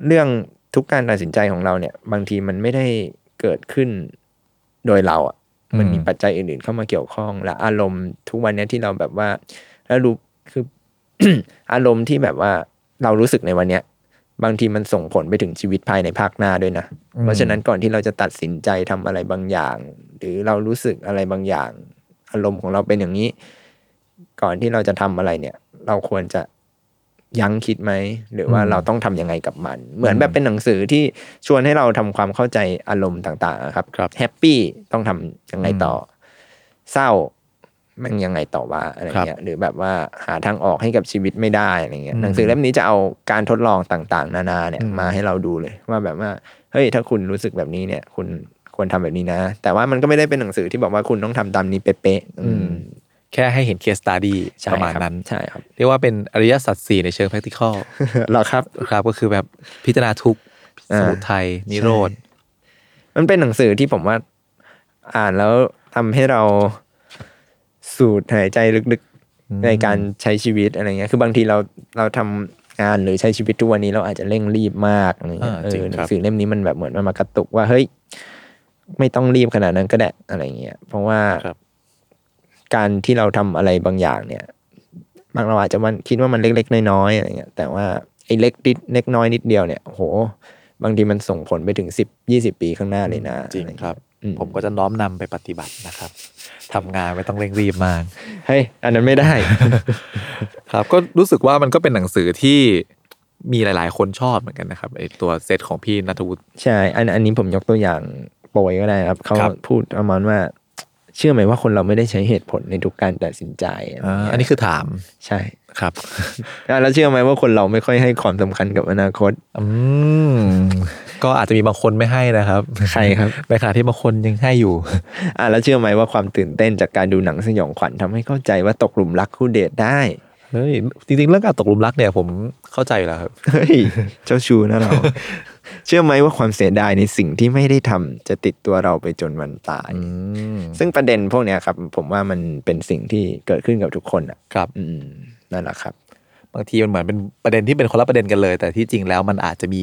Speaker 3: เรื่องทุกการตัดสินใจของเราเนี่ย บางทีมันไม่ได้เกิดขึ้นโดยเราอ่ะ
Speaker 2: อืม
Speaker 3: มันมีปัจจัยอื่นๆเข้ามาเกี่ยวข้อง และอารมณ์ทุกวันเนี้ยที่เราแบบว่า แล้วรู้คือ อารมณ์ที่แบบว่าเรารู้สึกในวันเนี้ย บางทีมันส่งผลไปถึงชีวิตภายในภาคหน้าด้วยนะ
Speaker 2: อืม
Speaker 3: เพราะฉะนั้นก่อนที่เราจะตัดสินใจทำอะไรบางอย่าง หรือเรารู้สึกอะไรบางอย่าง อารมณ์ของเราเป็นอย่างนี้ ก่อนที่เราจะทำอะไรเนี่ย เราควรจะยั้งคิดไหม หรือว่า
Speaker 2: อืม
Speaker 3: เราต้องทำยังไงกับมัน เหมือนแบบเป็นหนังสือที่ชวนให้เราทำความเข้าใจอารมณ์ต่างๆอะครับ
Speaker 2: ครับ
Speaker 3: แฮปปี้ต้องทำยังไงต่ออเศร้าแมันยังไงต่อว่าอะไร
Speaker 2: ครับ
Speaker 3: เงี้ยหรือแบบว่าหาทางออกให้กับชีวิตไม่ได้อะไรเงี้ย
Speaker 2: อืม
Speaker 3: หนังสือเล่มนี้จะเอาการทดลองต่างๆ นานาเนี่ย
Speaker 2: อืม
Speaker 3: มาให้เราดูเลย ว่าแบบว่าเฮ้ยถ้าคุณรู้สึกแบบนี้เนี่ย คุณควรทำแบบนี้นะ แต่ว่ามันก็ไม่ได้เป็นหนังสือที่บอกว่าคุณต้องทำตามนี้เป๊ะๆอื
Speaker 2: อื
Speaker 3: ม
Speaker 2: ม แค่ให้เห็นเคสตาดี
Speaker 3: ใช่
Speaker 2: ประมาณ
Speaker 3: คบ
Speaker 2: นั้น
Speaker 3: ใช่ครับ
Speaker 2: เรียกว่าเป็นอริยสัจสี่ในเชิง practical
Speaker 3: เหรอครับ
Speaker 2: ครับก็คือแบบพิจารณาทุกข์
Speaker 3: อ่า
Speaker 2: สมุทัยนิโรธ
Speaker 3: มันเป็นหนังสือที่ผมว่า อ่านแล้วทำให้เราสูดหายใจลึกๆในการใช้ชีวิตอะไรเงี้ย คือบางทีเราเราทำงานหรือใช้ชีวิตทุกวันนี้เราอาจจะเร่งรีบมากอะไรเงี้ย
Speaker 2: อ่า
Speaker 3: เอ
Speaker 2: จริง
Speaker 3: อหนั
Speaker 2: ครั
Speaker 3: ง
Speaker 2: บ
Speaker 3: สือเล่มนี้มันแบบเหมือนมันมากระตุกว่าเฮ้ย ไม่ต้องรีบขนาดนั้นก็ได้อะไรเงี้ย เพราะว่า
Speaker 2: ครับ
Speaker 3: การที่เราทำอะไรบางอย่างเนี่ย บางเราอาจจะมันคิดว่ามันเล็กๆน้อยๆอะไรเงี้ย แต่ว่าไอ้เล็กนิดเล็กน้อยนิดเดียวเนี่ยโอ้โห บางทีมันส่งผลไปถึงสิบยี่สิบปีข้างหน้าเลยนะ
Speaker 2: จริง
Speaker 3: อะไเย
Speaker 2: ครับ
Speaker 3: อืม
Speaker 2: ผมก็จะน้อมนำไปปฏิบัตินะครับทำงานไม่ต้องเร่งรีบมาก
Speaker 3: เฮ้ย อันนั้นไม่ได้
Speaker 2: ครับก็รู้สึกว่ามันก็เป็นหนังสือที่มีหลาย ๆ คนชอบเหมือนกันนะครับไอตัวเซตของพี่นัทวุฒิ
Speaker 3: ใช่ อันอันนี้ผมยกตัวอย่างโปรยก็ได้ครับ เขา
Speaker 2: ครับ
Speaker 3: พูดประมาณว่า เชื่อไหมว่าคนเราไม่ได้ใช้เหตุผลในทุกการตัดสินใจอะไร
Speaker 2: อ่า
Speaker 3: เงี้ย
Speaker 2: อันนี้คือถาม
Speaker 3: ใช่
Speaker 2: ครับ
Speaker 3: แล้วเชื่อไหมว่าคนเราไม่ค่อยให้ความสำคัญกับอนาคต
Speaker 2: อืมก็อาจจะมีบางคนไม่ให้นะครับ
Speaker 3: ใครครับ
Speaker 2: ในขณะที่บางคนยังให้อยู่
Speaker 3: อ่ะแล้วเชื่อไหมว่าความตื่นเต้นจากการดูหนังสยองขวัญทำให้เข้าใจว่าตกหลุมรักคู่เดทได้
Speaker 2: เฮ้ยจริง ๆ เรื่องการตกหลุมรักเนี่ยผมเข้าใจอยู่แล้วครับ
Speaker 3: เฮ้ยเจ้าชูนะเรา เชื่อไหมว่าความเสียดายในสิ่งที่ไม่ได้ทำจะติดตัวเราไปจนวันตาย
Speaker 2: อืม
Speaker 3: ซึ่งประเด็นพวกเนี้ยครับ ผมว่ามันเป็นสิ่งที่เกิดขึ้นกับทุกคนอ่ะ
Speaker 2: ครับ
Speaker 3: อืมนั่นแหละครับ
Speaker 2: บางทีมันเหมือนเป็นประเด็นที่เป็นคนละประเด็นกันเลย แต่ที่จริงแล้วมันอาจจะมี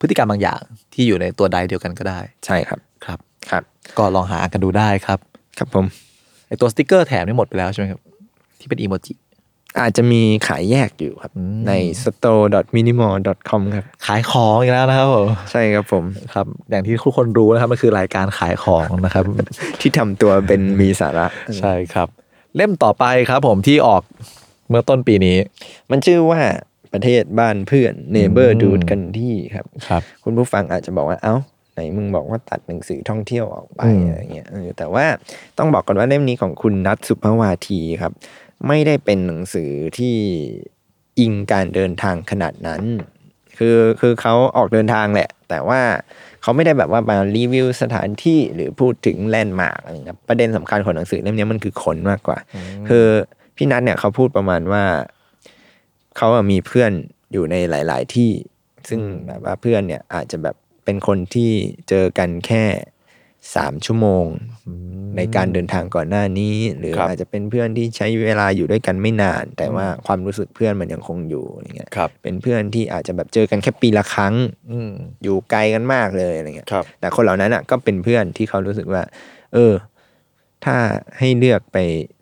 Speaker 2: พฤติกรรมบางอย่างที่อยู่ในตัวใดเดียวกันก็ได้
Speaker 3: ใช่ครับ
Speaker 2: ครับ
Speaker 3: ครับ
Speaker 2: ก็ลองหากันดูได้ครับ
Speaker 3: ครับผม
Speaker 2: ไอตัวสติกเกอร์แถมนี่หมดไปแล้วใช่ไหมครับ ที่เป็นอีโมจิ
Speaker 3: อาจจะมีขายแยกอยู่ครับ
Speaker 2: อืม
Speaker 3: ใน store.minimal.com ครับ
Speaker 2: ขายของอีกแล้วนะครับผม
Speaker 3: ใช่ครับผม
Speaker 2: ครับ อย่างที่ทุกคน รู้นะครับมันคือรายการขายของนะครับ
Speaker 3: ที่ทำตัวเป็นมีสาระ
Speaker 2: ใช่ครับ เล่มต่อไปครับผมที่ออกเมื่อต้นปีนี้
Speaker 3: มันชื่อว่าประเทศบ้านเพื่อน neighbor
Speaker 2: อืม
Speaker 3: ดูดกันที่ครับ
Speaker 2: ครับ
Speaker 3: คุณผู้ฟังอาจจะบอกว่า เอ้า ไหนมึงบอกว่าตัดหนังสือท่องเที่ยวออกไป
Speaker 2: อืม
Speaker 3: อะไรเงี้ยเออแต่ว่าต้องบอกก่อนว่าเล่มนี้ของคุณนัทสุภวาทีครับ ไม่ได้เป็นหนังสือที่อิงการเดินทางขนาดนั้น คือคือเขาออกเดินทางแหละ แต่ว่าเขาไม่ได้แบบว่ามารีวิวสถานที่หรือพูดถึงแลนด์มาร์กอะไรเงี้ยครับประเด็นสำคัญของหนังสือเล่มนี้มันคือคนมากกว่า คือพี่นัทเนี่ยเขาพูดประมาณว่า เขาอะมีเพื่อนอยู่ในหลาย ๆ ที่ ซึ่งแบบว่าเพื่อนเนี่ยอาจจะแบบเป็นคนที่เจอกันแค่สามชั่วโมง ในการเดินทางก่อนหน้านี้ หรือ
Speaker 2: ครับ
Speaker 3: อาจจะเป็นเพื่อนที่ใช้เวลาอยู่ด้วยกันไม่นาน แต่ว่าความรู้สึกเพื่อนมันยังคงอยู่อะไรเงี้ย
Speaker 2: ครับ
Speaker 3: เป็นเพื่อนที่อาจจะแบบเจอกันแค่ปีละครั้ง
Speaker 2: อืม
Speaker 3: อยู่ไกลกันมากเลยอะไรเงี้ย
Speaker 2: ครับ
Speaker 3: แต่คนเหล่านั้นอ่ะก็เป็นเพื่อนที่เขารู้สึกว่า เออ ถ้าให้เลือกไป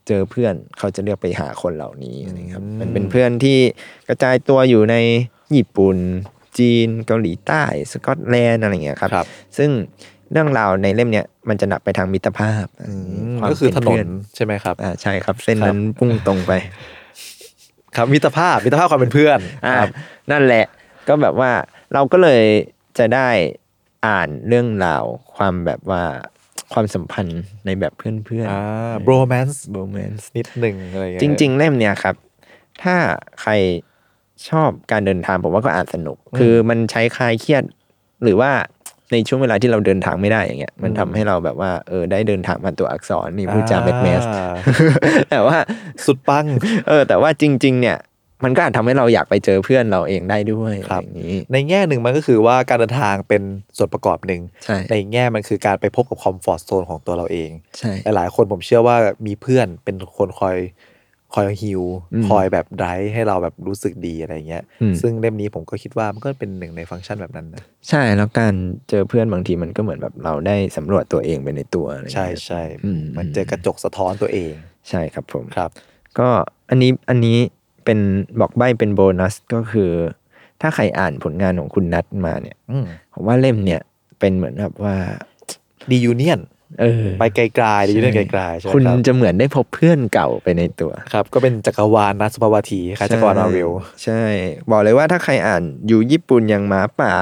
Speaker 3: เจอเพื่อน เขาจะเลือกไปหาคนเหล่านี้อะไรเงี้ยครับ มันเป็นเพื่อนที่กระจายตัวอยู่ในญี่ปุ่น จีนเกาหลีใต้สกอตแลนด์อะไรเงี้ยครับ
Speaker 2: ครับ
Speaker 3: ซึ่งเรื่องราวในเล่มเนี้ยมันจะหนักไปทางมิตรภาพวาม
Speaker 2: ก็คือถน
Speaker 3: เป็น เพื่
Speaker 2: ใช่ไหมครับ
Speaker 3: อ่าใช่ครับ เส้น
Speaker 2: ครับ
Speaker 3: นั้นพุ่งตรงไป
Speaker 2: ครับมิตรภาพมิตรภาพความเป็นเพื่อน
Speaker 3: อ่า
Speaker 2: ครับ
Speaker 3: นั่นแหละก็แบบว่าเราก็เลยจะได้อ่านเรื่องราวความแบบว่าความสัมพันธ์ในแบบเพื่อน
Speaker 2: อ่า bromance
Speaker 3: ๆ romance
Speaker 2: นิดหนึ่งอะไรอย่างเงี้ย
Speaker 3: จริง ๆ เล่มเนี้ยครับ ถ้าใครชอบการเดินทางผมว่าก็อ่านสนุก คือมันใช้คลายเครียด หรือว่าในช่วงเวลาที่เราเดินทางไม่ได้อย่างเงี้ยมันทำให้เราแบบว่าเออได้เดินทางมาตัวอักษรนี่พูดจาแมสแมส
Speaker 2: อ่า
Speaker 3: แต่ว่า
Speaker 2: สุดปัง
Speaker 3: เออ แต่ว่าจริง ๆ เนี่ย มันก็อาจทำให้เราอยากไปเจอเพื่อนเราเองได้ด้วย
Speaker 2: ครั
Speaker 3: อะ
Speaker 2: บ
Speaker 3: ไรอย่างนี้
Speaker 2: ในแง่หนึ่งมันก็คือว่าการเดินทางเป็นส่วนประกอบหนึ่ง
Speaker 3: ใช่
Speaker 2: ในแง่มันคือการไปพบกับคอมฟอร์ z โซนของตัวเราเอง
Speaker 3: ใช่
Speaker 2: หลายๆคนผมเชื่อว่ามีเพื่อนเป็นคนคอยคอยฮิว
Speaker 3: อืม
Speaker 2: คอยแบบไดฟ์ให้เราแบบรู้สึกดีอะไรเงี้ย
Speaker 3: อืม
Speaker 2: ซึ่งเล่มนี้ผมก็คิดว่ามันก็เป็นหนึ่งในฟังก์ชันแบบนั้นนะ
Speaker 3: ใช่แล้วการเจอเพื่อนบางทีมันก็เหมือนแบบเราได้สำรวจตัวเองไปในตัวอะไรอย่าง
Speaker 2: ใช่
Speaker 3: เงี้ย
Speaker 2: ใช่
Speaker 3: อืม
Speaker 2: มันเจอกระจกสะท้อนตัวเอง
Speaker 3: ใช่ครับผม
Speaker 2: ครับ
Speaker 3: ก็อันนี้อันนี้เป็นบอกใบ้เป็นโบนัสก็คือ ถ้าใครอ่านผลงานของคุณนัทมาเนี่ย
Speaker 2: อืม
Speaker 3: ผมว่าเล่มเนี่ยเป็นเหมือนแบบว่า
Speaker 2: ดียูเนียน
Speaker 3: เออ
Speaker 2: ไปไกลๆดียูเนียนไกลๆใช่ไหม
Speaker 3: คุณ
Speaker 2: ครับ
Speaker 3: จะเหมือนได้พบเพื่อนเก่าไปในตัว
Speaker 2: ครับ ก็เป็นจักรวาลนะสุภาวทีคล้ายจักรวาลมาเวล
Speaker 3: ใช่ บอกเลยว่าถ้าใครอ่านอยู่ญี่ปุ่นอย่างหมาป่า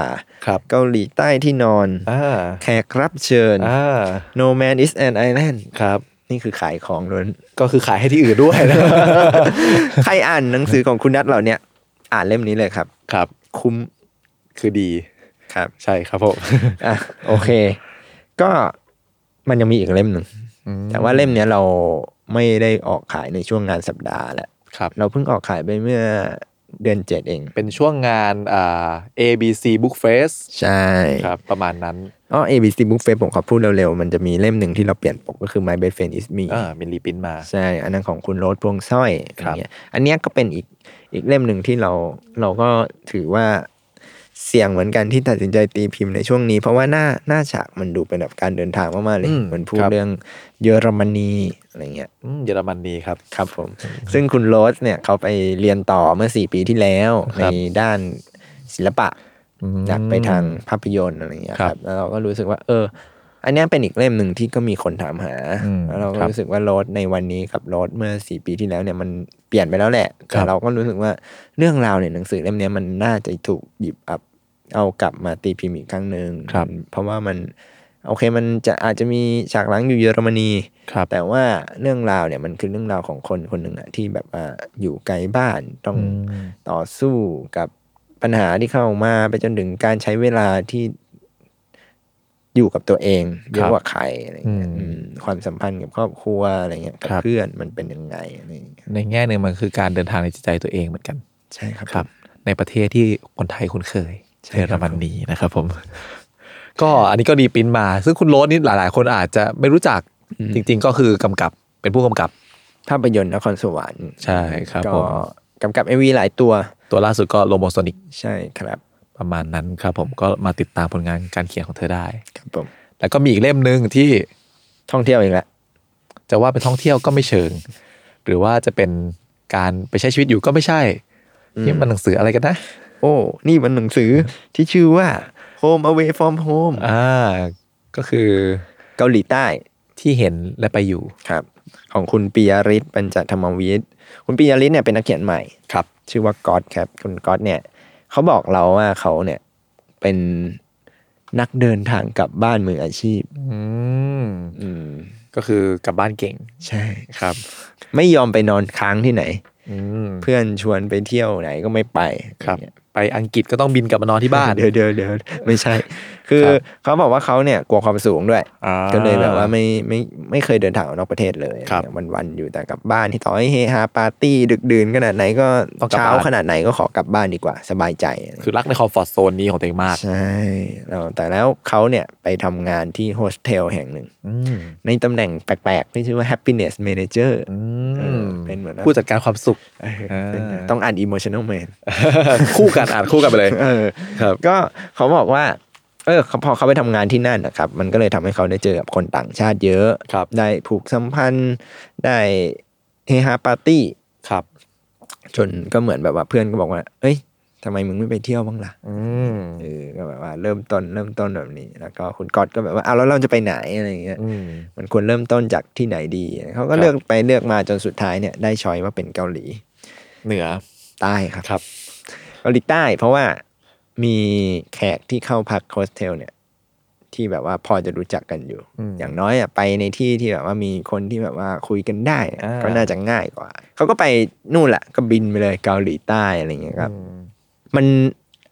Speaker 2: ครับ
Speaker 3: เกาหลีใต้ที่นอน
Speaker 2: อ่า
Speaker 3: แขกรับเชิญ
Speaker 2: อ่า
Speaker 3: No Man is an Island
Speaker 2: ครับ
Speaker 3: นี่คือขายของล้วน
Speaker 2: ก็คือขายให้ที่อื่นด้วยนะ
Speaker 3: ใครอ่านหนังสือของคุณนัทเหล่าเนี้ยอ่านเล่มนี้เลยครับ
Speaker 2: ครับ
Speaker 3: คุ้ม
Speaker 2: คือดี
Speaker 3: ครับ
Speaker 2: ใช่ครับผม
Speaker 3: อ่ะโอเค ก็มันยังมีอีกเล่มหนึ่ง แต่ว่าเล่มเนี้ยเราไม่ได้ออกขายในช่วงงานสัปดาห์แหละ
Speaker 2: ครับ
Speaker 3: เราเพิ่งออกขายไปเมื่อเดือนเจ็ดเอง
Speaker 2: เป็นช่วงงานอ่า ABC Book Fest
Speaker 3: ใช่
Speaker 2: ครับประมาณนั้น
Speaker 3: อ๋อ ABC Book Fair ผมขอพูดเร็วๆ มันจะมีเล่มหนึ่งที่เราเปลี่ยนปกก็คือ My Best Friend Is Me
Speaker 2: อ่ามีรีปรินท์มา
Speaker 3: ใช่ อันนั้นของคุณโรสพวงสร้อย
Speaker 2: ครับ
Speaker 3: อย่างเงี้ยอันเนี้ยก็เป็นอีกอีกเล่มหนึ่งที่เราเราก็ถือว่าเสี่ยงเหมือนกันที่ตัดสินใจตีพิมพ์ในช่วงนี้ เพราะว่าหน้าหน้าฉากมันดูเป็นแบบการเดินทางมากๆเลยมันพูดเรื่องเยอรมนีอะไรเงี้ย
Speaker 2: อืมเยอรมนีครับ
Speaker 3: ครับผม ซึ่งคุณโรสเนี่ยเขาไปเรียนต่อเมื่อสี่ปีที่แล้ว
Speaker 2: ค
Speaker 3: ใน
Speaker 2: รับ
Speaker 3: ด้านศิลปะ
Speaker 2: อืม
Speaker 3: หนักไปทางภาพยนตร์อะไรอย่างเงี้ย
Speaker 2: ค
Speaker 3: ค
Speaker 2: รั
Speaker 3: รั
Speaker 2: บบ
Speaker 3: แล้วเราก็รู้สึกว่า เออ อันเนี้ยเป็นอีกเล่มหนึ่งที่ก็มีคนถามหา
Speaker 2: อืม
Speaker 3: แล้วเราก็
Speaker 2: ครับ
Speaker 3: รู้สึกว่าโรสในวันนี้กับโรสเมื่อสี่ปีที่แล้วเนี่ยมันเปลี่ยนไปแล้วแหละ
Speaker 2: ครั
Speaker 3: แต่
Speaker 2: บ
Speaker 3: เราก็รู้สึกว่าเรื่องราวในหนังสือเล่มเนี้ยมันน่าจะถูกหยิบอับเอากลับมาตีพิมพ์อีกครั้งหนึ่งเพราะว่ามัน โอเคมันจะอาจจะมีฉากหลังอยู่เยอรมนี
Speaker 2: ครับ
Speaker 3: แต่ว่าเรื่องราวเนี่ยมันคือเรื่องราวของคนคนหนึ่งอะที่แบบว่าอยู่ไกลบ้านต้อง
Speaker 2: อืม
Speaker 3: ต่อสู้กับปัญหาที่เข้ามาไปจนถึงการใช้เวลาที่อยู่กับตัวเองเยอะกว่าใครอะไรเงี้ย
Speaker 2: อืม
Speaker 3: อืมความสัมพันธ์กับครอบครัวอะไรเงี้ยกับ
Speaker 2: ครับ
Speaker 3: เพื่อนมันเป็นยังไงอะไรอย่างเงี้ย
Speaker 2: ในแง่หนึ่งมันคือการเดินทางในจิตใจตัวเองเหมือนกัน
Speaker 3: ใช่ครับ
Speaker 2: ในประเทศที่คนไทยคุ้นเคย
Speaker 3: ใช่ครับ
Speaker 2: เยอรมนีนะครับผม ก็อันนี้ก็รีปรินท์มา ซึ่งคุณโรสนี่หลาย ๆ คนอาจจะไม่รู้จักจริง ๆ ก็คือกำกับเป็นผู้กำกับ
Speaker 3: ภาพยนตร์นครสวรรค์
Speaker 2: ใช่ครับ
Speaker 3: ก็
Speaker 2: ผม
Speaker 3: กำกับเอวีหลายตัว
Speaker 2: ตัวล่าสุดก็โลโมโซนิก
Speaker 3: ใช่ครับ
Speaker 2: ประมาณนั้นครับผมก็มาติดตามผลงานการเขียนของเธอได้
Speaker 3: ครับผม
Speaker 2: แล้วก็มีอีกเล่มหนึ่งที่
Speaker 3: ท่องเที่ยวอีกแล้ว
Speaker 2: จะว่าเป็นท่องเที่ยวก็ไม่เชิง หรือว่าจะเป็นการไปใช้ชีวิตอยู่ก็ไม่ใช่นี่มันหนังสืออะไรกันนะ
Speaker 3: โอ้ นี่มันหนังสือที่ชื่อว่า Home Away from Home
Speaker 2: อ่าก็คือ
Speaker 3: เกาหลีใต้
Speaker 2: ที่เห็นและไปอยู่
Speaker 3: ครับ ของคุณปิยริศปัญจธรรมวิทย์คุณปิยริศเนี่ยเป็นนักเขียนใหม่
Speaker 2: ครับ
Speaker 3: ชื่อว่าก๊อตครับคุณก๊อตเนี่ยเขาบอกเราว่าเขาเนี่ยเป็นนักเดินทางกลับบ้านมืออาชีพ
Speaker 2: อืม
Speaker 3: อืม
Speaker 2: ก็คือกลับบ้านเก่ง
Speaker 3: ใช่
Speaker 2: ครับ
Speaker 3: ไม่ยอมไปนอนค้างที่ไหน
Speaker 2: อืม
Speaker 3: เพื่อนชวนไปเที่ยวไหนก็ไม่ไป
Speaker 2: ครับ
Speaker 3: เนี่ย
Speaker 2: ไปอังกฤษก็ต้องบินกลับมานอนที่บ้าน
Speaker 3: เดินเดินเดินไม่ใช่ คือ
Speaker 2: ครับ
Speaker 3: เขาบอกว่าเขาเนี่ยกลัวความสูงด้วย
Speaker 2: อ่า
Speaker 3: ก็เลยแบบว่าไม่ไม่ไม่เคยเดินทางออกนอกประเทศเลย
Speaker 2: ครับ
Speaker 3: วันยวันๆอยู่แต่กับบ้านที่ต่อให้เฮฮาปาร์ตี้ดึกดื่นขนาดไหนก็
Speaker 2: ต้องกลับ
Speaker 3: เช้า
Speaker 2: บ้าน
Speaker 3: ขนาดไหนก็ขอกลับบ้านดีกว่าสบายใจ
Speaker 2: คือรักในคอมฟอร์ตโซนนี้ของตัวเองมาก
Speaker 3: ใช่แล้วแต่แล้วเขาเนี่ยไปทำงานที่โฮสเทลแห่งหนึ่ง
Speaker 2: อืม
Speaker 3: ในตำแหน่งแปลกๆที่ชื่อว่า happiness manager
Speaker 2: อื
Speaker 3: เอ
Speaker 2: ม
Speaker 3: อเป็นเหมือน
Speaker 2: ผู้จัดการความสุข
Speaker 3: เออ
Speaker 2: อ่า
Speaker 3: เป็นไงต้องอ่าน emotional man
Speaker 2: คู่กันอ่านคู่กันไปเลย
Speaker 3: เออ
Speaker 2: ครับ
Speaker 3: ก็เขาบอกว่า เออพอเขาไปทำงานที่นั่นนะครับ มันก็เลยทำให้เขาได้เจอกับคนต่างชาติเยอะ
Speaker 2: ครับ
Speaker 3: ได้ผูกสัมพันธ์ ได้เฮฮาปาร์ตี้
Speaker 2: ครับ
Speaker 3: จนก็เหมือนแบบว่าเพื่อนก็บอกว่า เอ้ยทำไมมึงไม่ไปเที่ยวบ้างล่ะ
Speaker 2: อืม
Speaker 3: เออก็แบบว่าเริ่มต้นเริ่มต้นแบบนี้ แล้วก็คุณก๊อตก็แบบว่าเอาวแล้วเราจะไปไหนอะไรอย่างเงี้ย
Speaker 2: อืม
Speaker 3: มันควรเริ่มต้นจากที่ไหนดี เขาก็
Speaker 2: ครับ
Speaker 3: เลือกไปเลือกมาจนสุดท้ายเนี่ยได้ชอยว่าเป็นเกาหลี
Speaker 2: เหนือ
Speaker 3: ใต้ครับ
Speaker 2: ครับ
Speaker 3: เกาหลีใต้เพราะว่ามีแขกที่เข้าพักโฮสเทลเนี่ย ที่แบบว่าพอจะรู้จักกันอยู่
Speaker 2: อืม
Speaker 3: อย่างน้อยอ่ะไปในที่ที่แบบว่ามีคนที่แบบว่าคุยกันได้อ่ะ
Speaker 2: อ่า
Speaker 3: ก็น่าจะง่ายกว่า เขาก็ไปนู่นแหละก็บินไปเลยเกาหลีใต้อะไรเงี้ยครับ
Speaker 2: อืม
Speaker 3: มัน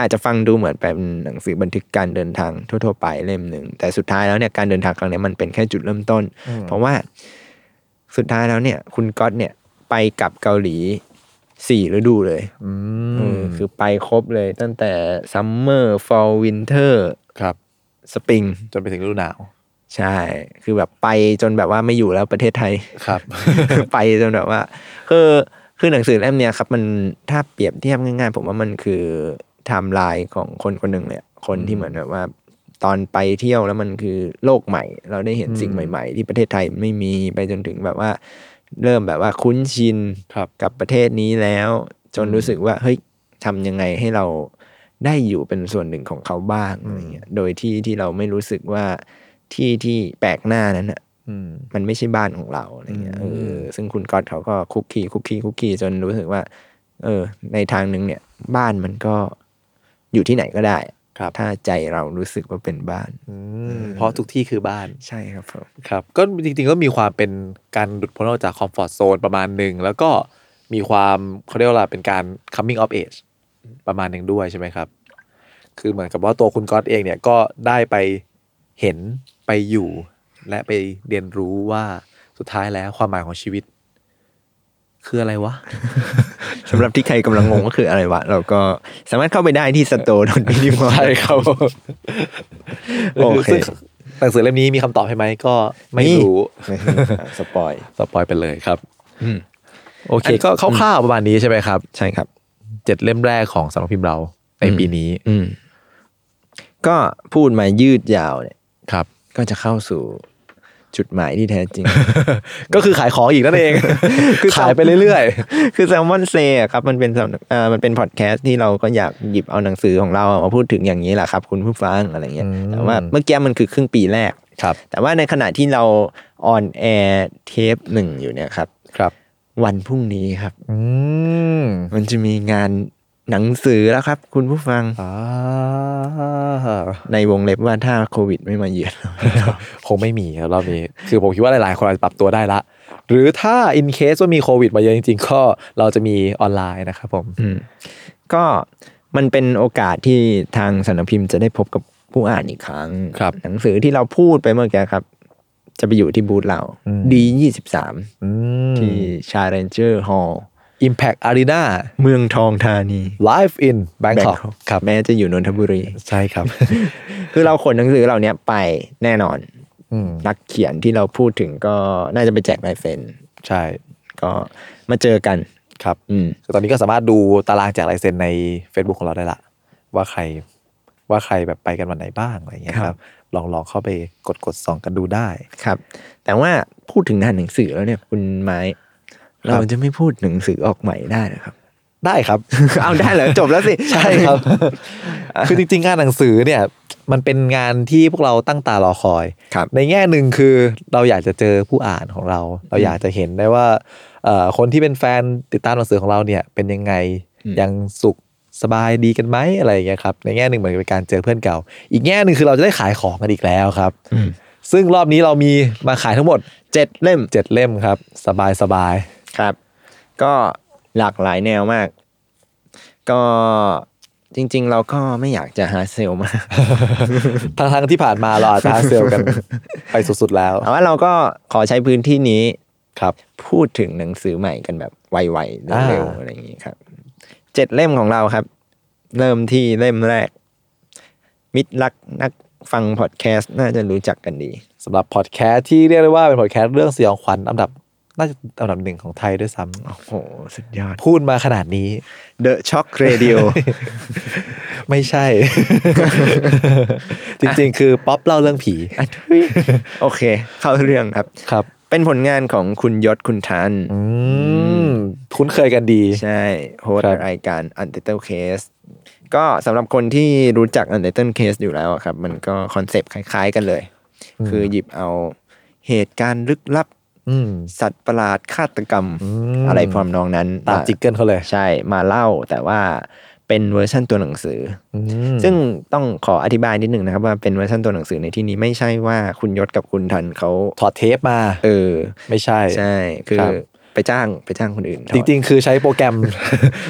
Speaker 3: อาจจะฟังดูเหมือนเป็นหนังสือบันทึกการเดินทางทั่วๆไปเล่มหนึ่งแต่สุดท้ายแล้วเนี่ยการเดินทางครั้งเนี้ยมันเป็นแค่จุดเริ่มต้น
Speaker 2: อืม
Speaker 3: เพราะว่าสุดท้ายแล้วเนี่ย คุณก๊อตเนี่ยไปกลับเกาหลีสี่ฤดูเลย
Speaker 2: อื
Speaker 3: เอ
Speaker 2: ม
Speaker 3: อคือไปครบเลยตั้งแต่ซัมเมอร์ฟอลวินเทอร์
Speaker 2: ครับ
Speaker 3: สปริง
Speaker 2: จนไปถึงฤดูหนาว
Speaker 3: ใช่ คือแบบไปจนแบบว่าไม่อยู่แล้วประเทศไทย
Speaker 2: ครับ
Speaker 3: ไปจนแบบว่า คือคือหนังสือเล่มเนี้ยครับ มันถ้าเปรียบเทียบง่ายๆ ผมว่ามันคือไทม์ไลน์ของคนคนหนึ่งเลยอะคนที่เหมือนแบบว่า ตอนไปเที่ยวแล้วมันคือโลกใหม่ เราได้เห็น
Speaker 2: อืม
Speaker 3: สิ่งใหม่ ๆ ที่ประเทศไทยไม่มีไปจนถึงแบบว่า เริ่มแบบว่าคุ้นชิน
Speaker 2: ครับ
Speaker 3: กับประเทศนี้แล้ว จน
Speaker 2: อืม
Speaker 3: รู้สึกว่าเฮ้ยทำยังไงให้เราได้อยู่เป็นส่วนหนึ่งของเขาบ้าง
Speaker 2: อืม
Speaker 3: อะไรเงี้ยโดยที่ที่เราไม่รู้สึกว่าที่ที่แปลกหน้านั้นอ่ะ
Speaker 2: อืม
Speaker 3: มันไม่ใช่บ้านของเราอะไรเงี้ย
Speaker 2: อื
Speaker 3: เอ
Speaker 2: ม
Speaker 3: อซึ่งคุณก๊อตเขาก็คุกคีคุกคีคุกคีจนรู้สึกว่า เออ ในทางหนึ่งเนี่ย บ้านมันก็อยู่ที่ไหนก็ได้
Speaker 2: ครับ
Speaker 3: ถ้าใจเรารู้สึกว่าเป็นบ้าน
Speaker 2: อืมเพราะทุกที่คือบ้าน
Speaker 3: ใช่ครับผม
Speaker 2: ครับก็จริงๆก็มีความเป็นการหลุดพ้นออกจากคอมฟอร์ z โซนประมาณหนึ่ง แล้วก็มีความเขาเรียกว่าอะไรเป็นการ coming of age ประมาณหนึ่งด้วยใช่ไหมครับ คือเหมือนกับว่าตัวคุณก๊อตเองเนี่ยก็ได้ไปเห็นไปอยู่ และไปเรียนรู้ว่าสุดท้ายแล้วความหมายของชีวิต คืออะไรวะ
Speaker 3: สำหรับที่ใครกำลังงงก็คืออะไรวะเราก็สามารถเข้าไปได้ที่สโตร์ดนนิมอ
Speaker 2: ใช่ครับ
Speaker 3: โอเค
Speaker 2: ซึ่งหนังสือเล่มนี้มีคำตอบให้ไหมก็ไม่รู้
Speaker 3: สปอย
Speaker 2: สปอยไปเลยครับ
Speaker 3: อืม
Speaker 2: โอเค ก็คร่าวๆประมาณนี้ใช่ไหมครับ
Speaker 3: ใช่ครับ
Speaker 2: เจ็ดเล่มแรกของสำนักพิมพ์เราใน
Speaker 3: อืม
Speaker 2: ปีนี้
Speaker 3: อืมก็พูดมายืดยาวเนี่ย
Speaker 2: ครับ
Speaker 3: ก็จะเข้าสู่จุดหมายที่แท้จริง
Speaker 2: ก็คือขายของอีกนั่นเอง
Speaker 3: คือ
Speaker 2: ขายไปเรื่อย
Speaker 3: คือแซลมอนเซ่ครับ มันเป็นสำนักอ่ามันเป็นพอดแคสต์ที่เราก็อยากหยิบเอาหนังสือของเรามาพูดถึงอย่างนี้แหละครับ คุณผู้ฟังอะไรเงี้ย
Speaker 2: อืม
Speaker 3: แต่ว่าเมื่อกี้มันคือครึ่งปีแรก
Speaker 2: ๆ ครับ
Speaker 3: แต่ว่าในขณะที่เราออนแอร์เทปหนึ่งอยู่เนี่ยครับ
Speaker 2: ครับ
Speaker 3: วันพรุ่งนี้ครับ
Speaker 2: อืม
Speaker 3: มันจะมีงานหนังสือแล้วครับ คุณผู้ฟัง
Speaker 2: อ่า
Speaker 3: ในวงเล็บว่าถ้าโควิดไม่มาเยือน
Speaker 2: คงไม่มีครับรอบนี้ คือผมคิดว่าหลายๆ คนอาจจะปรับตัวได้ละ หรือถ้าอินเคสว่ามีโควิดมาเยอะจริงๆ ก็เราจะมีออนไลน์นะครับผม
Speaker 3: อืมก็มันเป็นโอกาสที่ทางสำนักพิมพ์จะได้พบกับผู้อ่านอีกครั้ง
Speaker 2: ครับ
Speaker 3: หนังสือที่เราพูดไปเมื่อกี้ครับ จะไปอยู่ที่บูธเรา
Speaker 2: อืม
Speaker 3: ดียี่สิบสาม
Speaker 2: อืม
Speaker 3: ที่ชา a รนเจอร์ฮอล
Speaker 2: Impact Arena
Speaker 3: เมืองทองธานี
Speaker 2: Live in Bangkok
Speaker 3: Bangkok
Speaker 2: ครับ
Speaker 3: แม้จะอยู่นนทบุรี
Speaker 2: ใช่ครับ
Speaker 3: คือเราขนหนังสือเหล่านี้ไปแน่นอน
Speaker 2: อืม
Speaker 3: นักเขียนที่เราพูดถึงก็น่าจะไปแจกลายเซ็น
Speaker 2: ใช่
Speaker 3: ก็มาเจอกัน
Speaker 2: ครับ
Speaker 3: อืม
Speaker 2: คือตอนนี้ก็สามารถดูตารางแจกลายเซ็นใน Facebook ของเราได้ละ ว่าใครว่าใครแบบไปกันวันไหนบ้างอะไรอย่างเงี้ย
Speaker 3: ค
Speaker 2: ค
Speaker 3: รั
Speaker 2: รับ บ ลองลองเข้าไปกดกดส่องกันดูได้
Speaker 3: ครับ แต่ว่าพูดถึงงานหนังสือแล้วเนี่ย คุณไม้
Speaker 2: ครั
Speaker 3: เรา
Speaker 2: บ
Speaker 3: จะไม่พูดหนังสือออกใหม่ได้นะครับ
Speaker 2: ได้ครับ
Speaker 3: เอาได้เหรอจบแล้วสิ
Speaker 2: ใช่ครับ คือจริงๆงานหนังสือเนี่ย มันเป็นงานที่พวกเราตั้งตารอคอย
Speaker 3: ครับ
Speaker 2: ในแง่หนึ่งคือเราอยากจะเจอผู้อ่านของเรา เราอยากจะเห็นได้ว่าเอ่อคนที่เป็นแฟนติดตามหนังสือของเราเนี่ยเป็นยังไง
Speaker 3: อืม
Speaker 2: ยังสุขสบายดีกันไหมอะไรอย่างเงี้ยครับในแง่หนึ่งเหมือนเป็นการเจอเพื่อนเก่า อีกแง่หนึ่งคือเราจะได้ขายของกันอีกแล้วครับ ซึ่งรอบนี้เรามีมาขายทั้งหมด
Speaker 3: เจ็ดเล่ม
Speaker 2: เจ็ดเล่มครับ สบายสบาย
Speaker 3: ครับ ก็หลากหลายแนวมาก ก็จริง ๆ เราก็ไม่อยากจะหาเซลล์มาก
Speaker 2: ๆทั้งทั้งๆที่ผ่านมาเราอาจจะเซลลกัน ไปสุดๆแล้ว
Speaker 3: แต่ว่าเราก็ขอใช้พื้นที่นี้
Speaker 2: ครับ
Speaker 3: พูดถึงหนังสือใหม่กันแบบไวๆ
Speaker 2: อ่า
Speaker 3: เร็วๆอะไรอย่างนี้ครับเจ็ดเล่มของเราครับ เริ่มที่เล่มแรก มิตรรักนักฟังพอดแคสต์น่าจะรู้จักกันดี
Speaker 2: สำหรับพอดแคสต์ที่เรียกได้ว่าเป็นพอดแคสต์เรื่องสยองขวัญอันดับน่าจะอันดับหนึ่งของไทยด้วยซ้
Speaker 3: โอ้โห สุดยอด
Speaker 2: ำพูดมาขนาดนี้
Speaker 3: The Shock Radio
Speaker 2: ไม่ใช่ จริงๆ คือป๊อปเล่าเรื่องผี
Speaker 3: อ่ะทุย โอเค เข้าเรื่องครับ
Speaker 2: ครับ
Speaker 3: เป็นผลงานของคุณยศคุณทัน
Speaker 2: อืม คุ้นเคยกันดี
Speaker 3: ใช่โฮส
Speaker 2: ครั
Speaker 3: ต์
Speaker 2: บ
Speaker 3: รายการ Untitled Case ก็สำหรับคนที่รู้จัก Untitled Case อยู่แล้วอะครับ มันก็คอนเซปต์คล้ายๆกันเลย คือหยิบเอาเหตุการณ์ลึกลับ
Speaker 2: อืม
Speaker 3: สัตว์ประหลาดฆาตกรรม
Speaker 2: ม
Speaker 3: อะไรพร้อมนองนั้น
Speaker 2: ตามจิกเกิลเขาเลย
Speaker 3: ใช่มาเล่าแต่ว่าเป็นเวอร์ชั่นตัวหนังสือ
Speaker 2: อื
Speaker 3: อ
Speaker 2: ม
Speaker 3: ซึ่งต้องขออธิบายนิดนึงนะครับ ว่าเป็นเวอร์ชันตัวหนังสือในที่นี้ไม่ใช่ว่าคุณยศกับคุณทันเขา
Speaker 2: ถอดเทปมา
Speaker 3: เออ
Speaker 2: ไม่ใช่
Speaker 3: ใช่ คือ
Speaker 2: ครับ
Speaker 3: ไปจ้างไปจ้างคนอื่นถอด
Speaker 2: จริงๆ คือใช้โปรแก รม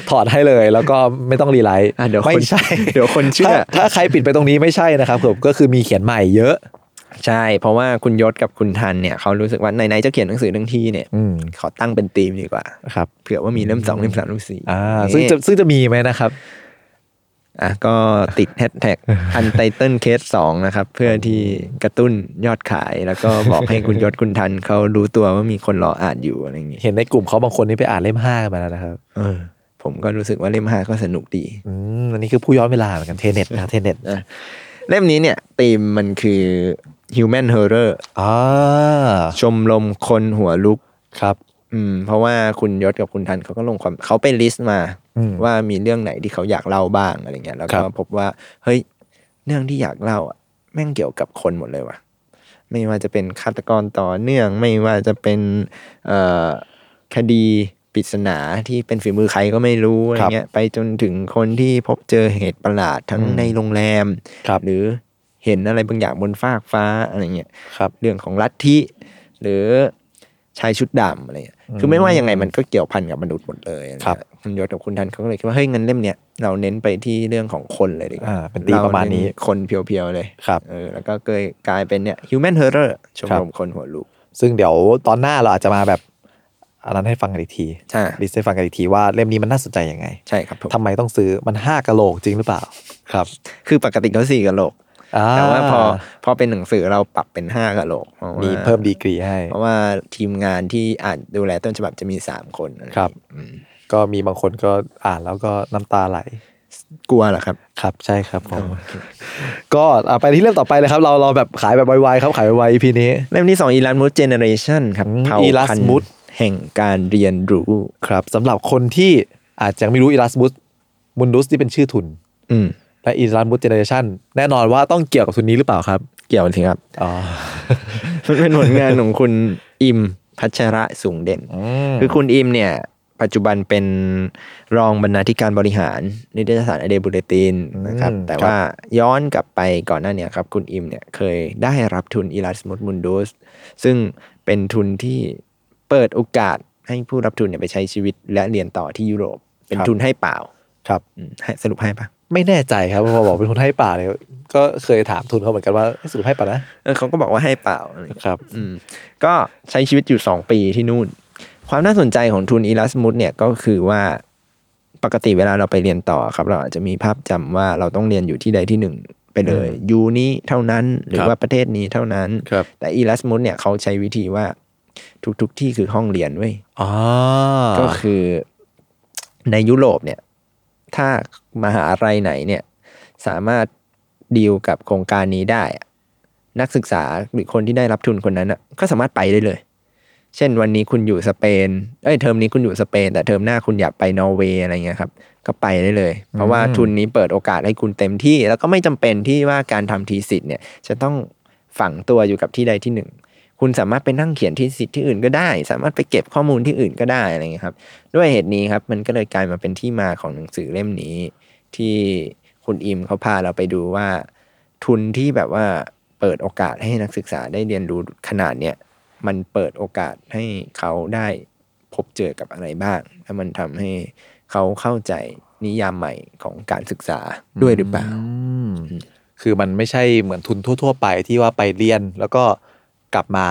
Speaker 2: ถอดให้เลย แล้วก็ไม่ต้องรีไลท์
Speaker 3: อ่ะเดี๋ยวคน
Speaker 2: ไม่ใช่
Speaker 3: เดี๋ยวคนเชื่อ
Speaker 2: ถ้าถ้าใครปิดไปตรงนี้ไม่ใช่นะครับผมก็คือมีเขียนใหม่เยอะ
Speaker 3: ใช่ เพราะว่าคุณยศกับคุณทันเนี่ยเขารู้สึกว่าไหนๆจะเขียนหนังสือทั้งที่เนี่ย
Speaker 2: อืม
Speaker 3: ขอตั้งเป็นธีมดีกว่า
Speaker 2: ครับ
Speaker 3: เผื่อว่ามีเล่มสองเล่มสามเล่มสี่
Speaker 2: อ่า
Speaker 3: นี่
Speaker 2: ซึ่งจะซึ่งจะมีไหมนะครับ
Speaker 3: อ่ะก็ติดแฮชแท็ กอันไตเติลเคสสองนะครับ เพื่อที่กระตุ้นยอดขายแล้วก็บอกให้คุณยศคุณทันเขารู้ตัวว่ามีคนรออ่านอยู่อะไรอย่างงี้
Speaker 2: เห็นในกลุ่มเขาบางคนนี่ไปอ่านเล่มห้ากันมาแล้วนะครับ
Speaker 3: เออ ผมก็รู้สึกว่าเล่มห้าก็สนุกดี
Speaker 2: อืมอันนี้คือผู้ย้อนเวลาเหมือนกันเทเน็ตนะเทเน็ต
Speaker 3: เล่มนี้เนี่ยธีมมันคือ human horror
Speaker 2: อ่า
Speaker 3: ชมรมคนหัวลุก
Speaker 2: ครับ
Speaker 3: อืมเพราะว่าคุณยศกับคุณทันเขาก็ลงความเขาไปลิสต์มา
Speaker 2: อืม
Speaker 3: ว่ามีเรื่องไหนที่เขาอยากเล่าบ้างอะไรเงี้ยแล้วก็
Speaker 2: ครับ
Speaker 3: พบว่า เฮ้ย เรื่องที่อยากเล่าอะแม่งเกี่ยวกับคนหมดเลยว่ะ ไม่ว่าจะเป็นฆาตกรต่อเนื่อง ไม่ว่าจะเป็นเอ่อคดีปริศนาที่เป็นฝีมือใครก็ไม่รู้อะไรเงี้ยไปจนถึงคนที่พบเจอเหตุประหลาดทั้งในโรงแรม
Speaker 2: ครับ
Speaker 3: หรือเห็นอะไรบางอย่างบนฟากฟ้าอะไรเงี้ย
Speaker 2: ครับ
Speaker 3: เรื่องของลัทธิหรือชายชุดดำอะไรเงี้ยคือไม่ว่ายังไงมันก็เกี่ยวพันกับมนุษย์หมดเลยอะไเงี้ย
Speaker 2: ครับ
Speaker 3: คุณยศกับคุณทันเขาก็เลยคิดว่าเฮ้ยงั้นเล่มเนี้ยเราเน้นไปที่เรื่องของคนเลยดีกว่า
Speaker 2: อ่า เป็นตีมประมาณนี้
Speaker 3: เเองคนเพียวๆเลย
Speaker 2: ครับ
Speaker 3: เออแล้วก็เกยกลายเป็นเนี่ย human horror ชมรมคนหัวลูก
Speaker 2: ซึ่งเดี๋ยวตอนหน้าเราอาจจะมาแบบอันนั้นให้ฟังกันอีกที
Speaker 3: ใช่
Speaker 2: ดิสให้ฟังกันอีกทีว่าเล่มนี้มันน่าสนใจยังไง
Speaker 3: ใช่ครับผม
Speaker 2: ทำไมต้องซื้อมันห้ากะโหลกจริงหรือเปล่า ครับ
Speaker 3: คือปกติเขาสี่กะโหลก
Speaker 2: อ่
Speaker 3: แต่ว่าพอพอเป็นหนังสือเราปรับเป็นห้ากะโหลกพราะว่า
Speaker 2: มีเพิ่มดีกรีให้
Speaker 3: เพราะว่าทีมงานที่อ่านดูแลต้นฉบับจะมีสามคนอะไอย่าง
Speaker 2: ครับ
Speaker 3: งี้อืม
Speaker 2: ก็มีบางคนก็อ่านแล้วก็น้ำตาไหล
Speaker 3: กลัวเหรอครับ
Speaker 2: ครับใช่ครับผม ก็อ่ะไปที่เรื่องต่อไปเลยครับ เราเราแบบขายแบบไวๆครับขายไวๆ EP นี้
Speaker 3: เล่มที่สองอีลันมูดเจเนเรชันครับ
Speaker 2: อืม
Speaker 3: เผ่า
Speaker 2: Elas
Speaker 3: พันธุ์
Speaker 2: Mood
Speaker 3: แห่งการเรียนรู้
Speaker 2: ครับสำหรับคนที่อาจจะยังไม่รู้อีลัสมุสมุนดุสที่เป็นชื่อทุน
Speaker 3: อืม
Speaker 2: และอีลัสมุสเจเนเรชันแน่นอนว่าต้องเกี่ยวกับทุนนี้หรือเปล่าครับ
Speaker 3: เกี่ยวกันสิครับ
Speaker 2: อ๋อ
Speaker 3: มันเป็นผลงานของคุณอิมพัชระสูงเด่น
Speaker 2: คื
Speaker 3: คือ อคุณอิมเนี่ย ปัจจุบันเป็นรองบรรณาธิการบริหาร นิตยสารอเดบูเลตินนะครับ แต่ว่าย้อนกลับไปก่อนหน้าเนี้ครับ คุณอิมเนี่ยเคยได้รับทุนอีลัสมุสมุนดูสซึ่งเป็นทุนที่เปิดโอกาสให้ผู้รับทุนเนี่ยไปใช้ชีวิตและเรียนต่อที่ยุโรป เป็นทุนให้เปล่า
Speaker 2: ครับ
Speaker 3: อืมให้สรุปให้ปะ
Speaker 2: ไม่แน่ใจครับพอบอกเป็นทุนให้ป่าเลยก็เคยถามทุนเขาเหมือนกันว่าเอ๊ะสรุปให้ป่านะ
Speaker 3: เออเขาก็บอกว่าให้เปล่าอะไรอย่างเงี้ย
Speaker 2: ครับ
Speaker 3: อืมก็ใช้ชีวิตอยู่สองปีที่นู่น ความน่าสนใจของทุนอีลัสมุสเนี่ยก็คือว่าปกติเวลาเราไปเรียนต่อครับ เราอาจจะมีภาพจำว่าเราต้องเรียนอยู่ที่ใดที่หนึ่งไปเลยยูนี้เท่านั้นหรือ
Speaker 2: ครับ
Speaker 3: ว่าประเทศนี้เท่านั้น
Speaker 2: ครับ
Speaker 3: แต่อีลัสมุสเนี่ยเขาใช้วิธีว่าทุกๆทที่คือห้องเรียนเว้ย
Speaker 2: อ๋อ
Speaker 3: ก็คือในยุโรปเนี่ย ถ้ามหาอะไรไหนเนี่ย สามารถดีลกับโครงการนี้ได้อะนักศึกษาหรือคนที่ได้รับทุนคนนั้นอะก็สามารถไปได้เลย เช่นวันนี้คุณอยู่สเปน เอ้ยเทอมนี้คุณอยู่สเปน แต่เทอมหน้าคุณอยากไปนอร์เวย์อะไรเงี้ยครับ ก็ไปได้เลย เพราะว่าทุนนี้เปิดโอกาสให้คุณเต็มที่ แล้วก็ไม่จำเป็นที่ว่าการทำทีสิทธ์เนี่ย จะต้องฝังตัวอยู่กับที่ใดที่หนึ่ง คุณสามารถไปนั่งเขียนทีสิทธ์ที่อื่นก็ได้ สามารถไปเก็บข้อมูลที่อื่นก็ได้อะไรเงี้ยครับ ด้วยเหตุนี้ครับมันก็เลยกลายมาเป็นที่มาของหนังสือเล่มนี้ ที่คุณอิมเขาพาเราไปดูว่า ทุนที่แบบว่าเปิดโอกาสให้นักศึกษาได้เรียนรู้ขนาดเนี้ยมันเปิดโอกาสให้เขาได้พบเจอกับอะไรบ้าง แล้วมันทำให้เขาเข้าใจนิยามใหม่ของการศึกษาด้วยหรือเปล่า
Speaker 2: คือมันไม่ใช่เหมือนทุนทั่ว ๆ ไปที่ว่าไปเรียนแล้วก็กลับมา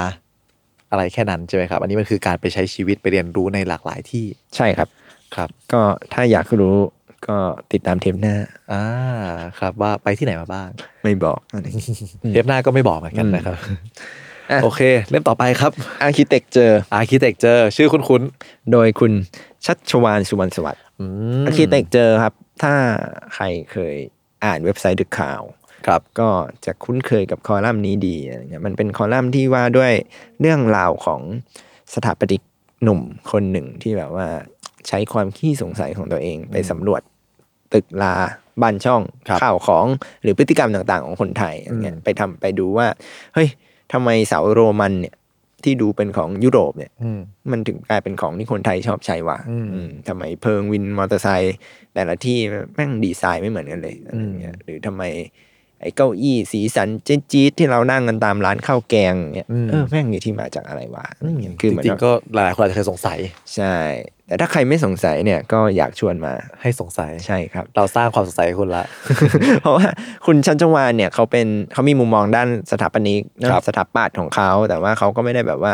Speaker 2: อะไรแค่นั้นใช่ไหมครับ อันนี้มันคือการไปใช้ชีวิตไปเรียนรู้ในหลากหลายที่
Speaker 3: ใช่ครับ
Speaker 2: ครับ
Speaker 3: ก็ถ้าอยากรู้ก็ติดตามเทปหน้า
Speaker 2: อ่าครับว่าไปที่ไหนมาบ้าง
Speaker 3: ไม่บอก
Speaker 2: เทปหน้าก็ไม่บอกเหมือนกันนะครับ
Speaker 3: อ่ะ
Speaker 2: โอเค เล่มต่อไปครับ
Speaker 3: อาร์คิเต็กเจอ
Speaker 2: Architecture ชื่อคุ้น
Speaker 3: โดยคุณชัชวานสุวรรณสวัสดิ์
Speaker 2: ๆอืม
Speaker 3: อาร์คิเต็กเจอครับ ถ้าใครเคยอ่านเว็บไซต์ดึกข่าว
Speaker 2: ครับ
Speaker 3: ก็จะคุ้นเคยกับคอลัมน์นี้ดีอะไรเงี้ยมันเป็นคอลัมน์ที่ว่าด้วยเรื่องราวของสถาปนิกหนุ่มคนหนึ่งที่แบบว่าใช้ความขี้สงสัยของตัวเองไปสำรวจตึกลาบ้านช่อง
Speaker 2: ครับ
Speaker 3: ข่าวของหรือพฤติกรรมต่างๆ ของคนไทยอะไรเงี้ย
Speaker 2: อืม
Speaker 3: ไปทำไปดูว่า เฮ้ยทำไมเสาโรมันเนี่ยที่ดูเป็นของยุโรปเนี่ย
Speaker 2: อืม
Speaker 3: มันถึงกลายเป็นของที่คนไทยชอบใช้ว่ะ
Speaker 2: อืม
Speaker 3: อืมทำไมเพิงวินมอเตอร์ไซค์แต่ละที่แม่งดีไซน์ไม่เหมือนกันเลยอะไรเงี้ยหรือทำไม ไอ้เก้าอี้สีสันจี๊ดๆที่เรานั่งกันตามร้านข้าวแกงเนี่ย
Speaker 2: อืม
Speaker 3: เออแม่งมีที่มาจากอะไรวะอะไรเงี้ยคือเหมือน
Speaker 2: จริงๆก็หลายๆคนอาจจะเคยสงสัย
Speaker 3: ใช่ แต่ถ้าใครไม่สงสัยเนี่ยก็อยากชวนมา
Speaker 2: ให้สงสัย
Speaker 3: ใช่ครับ
Speaker 2: เราสร้างความสงสัยให้คุณละ
Speaker 3: เพราะว่าคุณชันจงวานเนี่ยเขาเป็นเขามีมุมมองด้านสถาปนิกนะครับ สถาปัตย์ของเขา แต่ว่าเขาก็ไม่ได้แบบว่า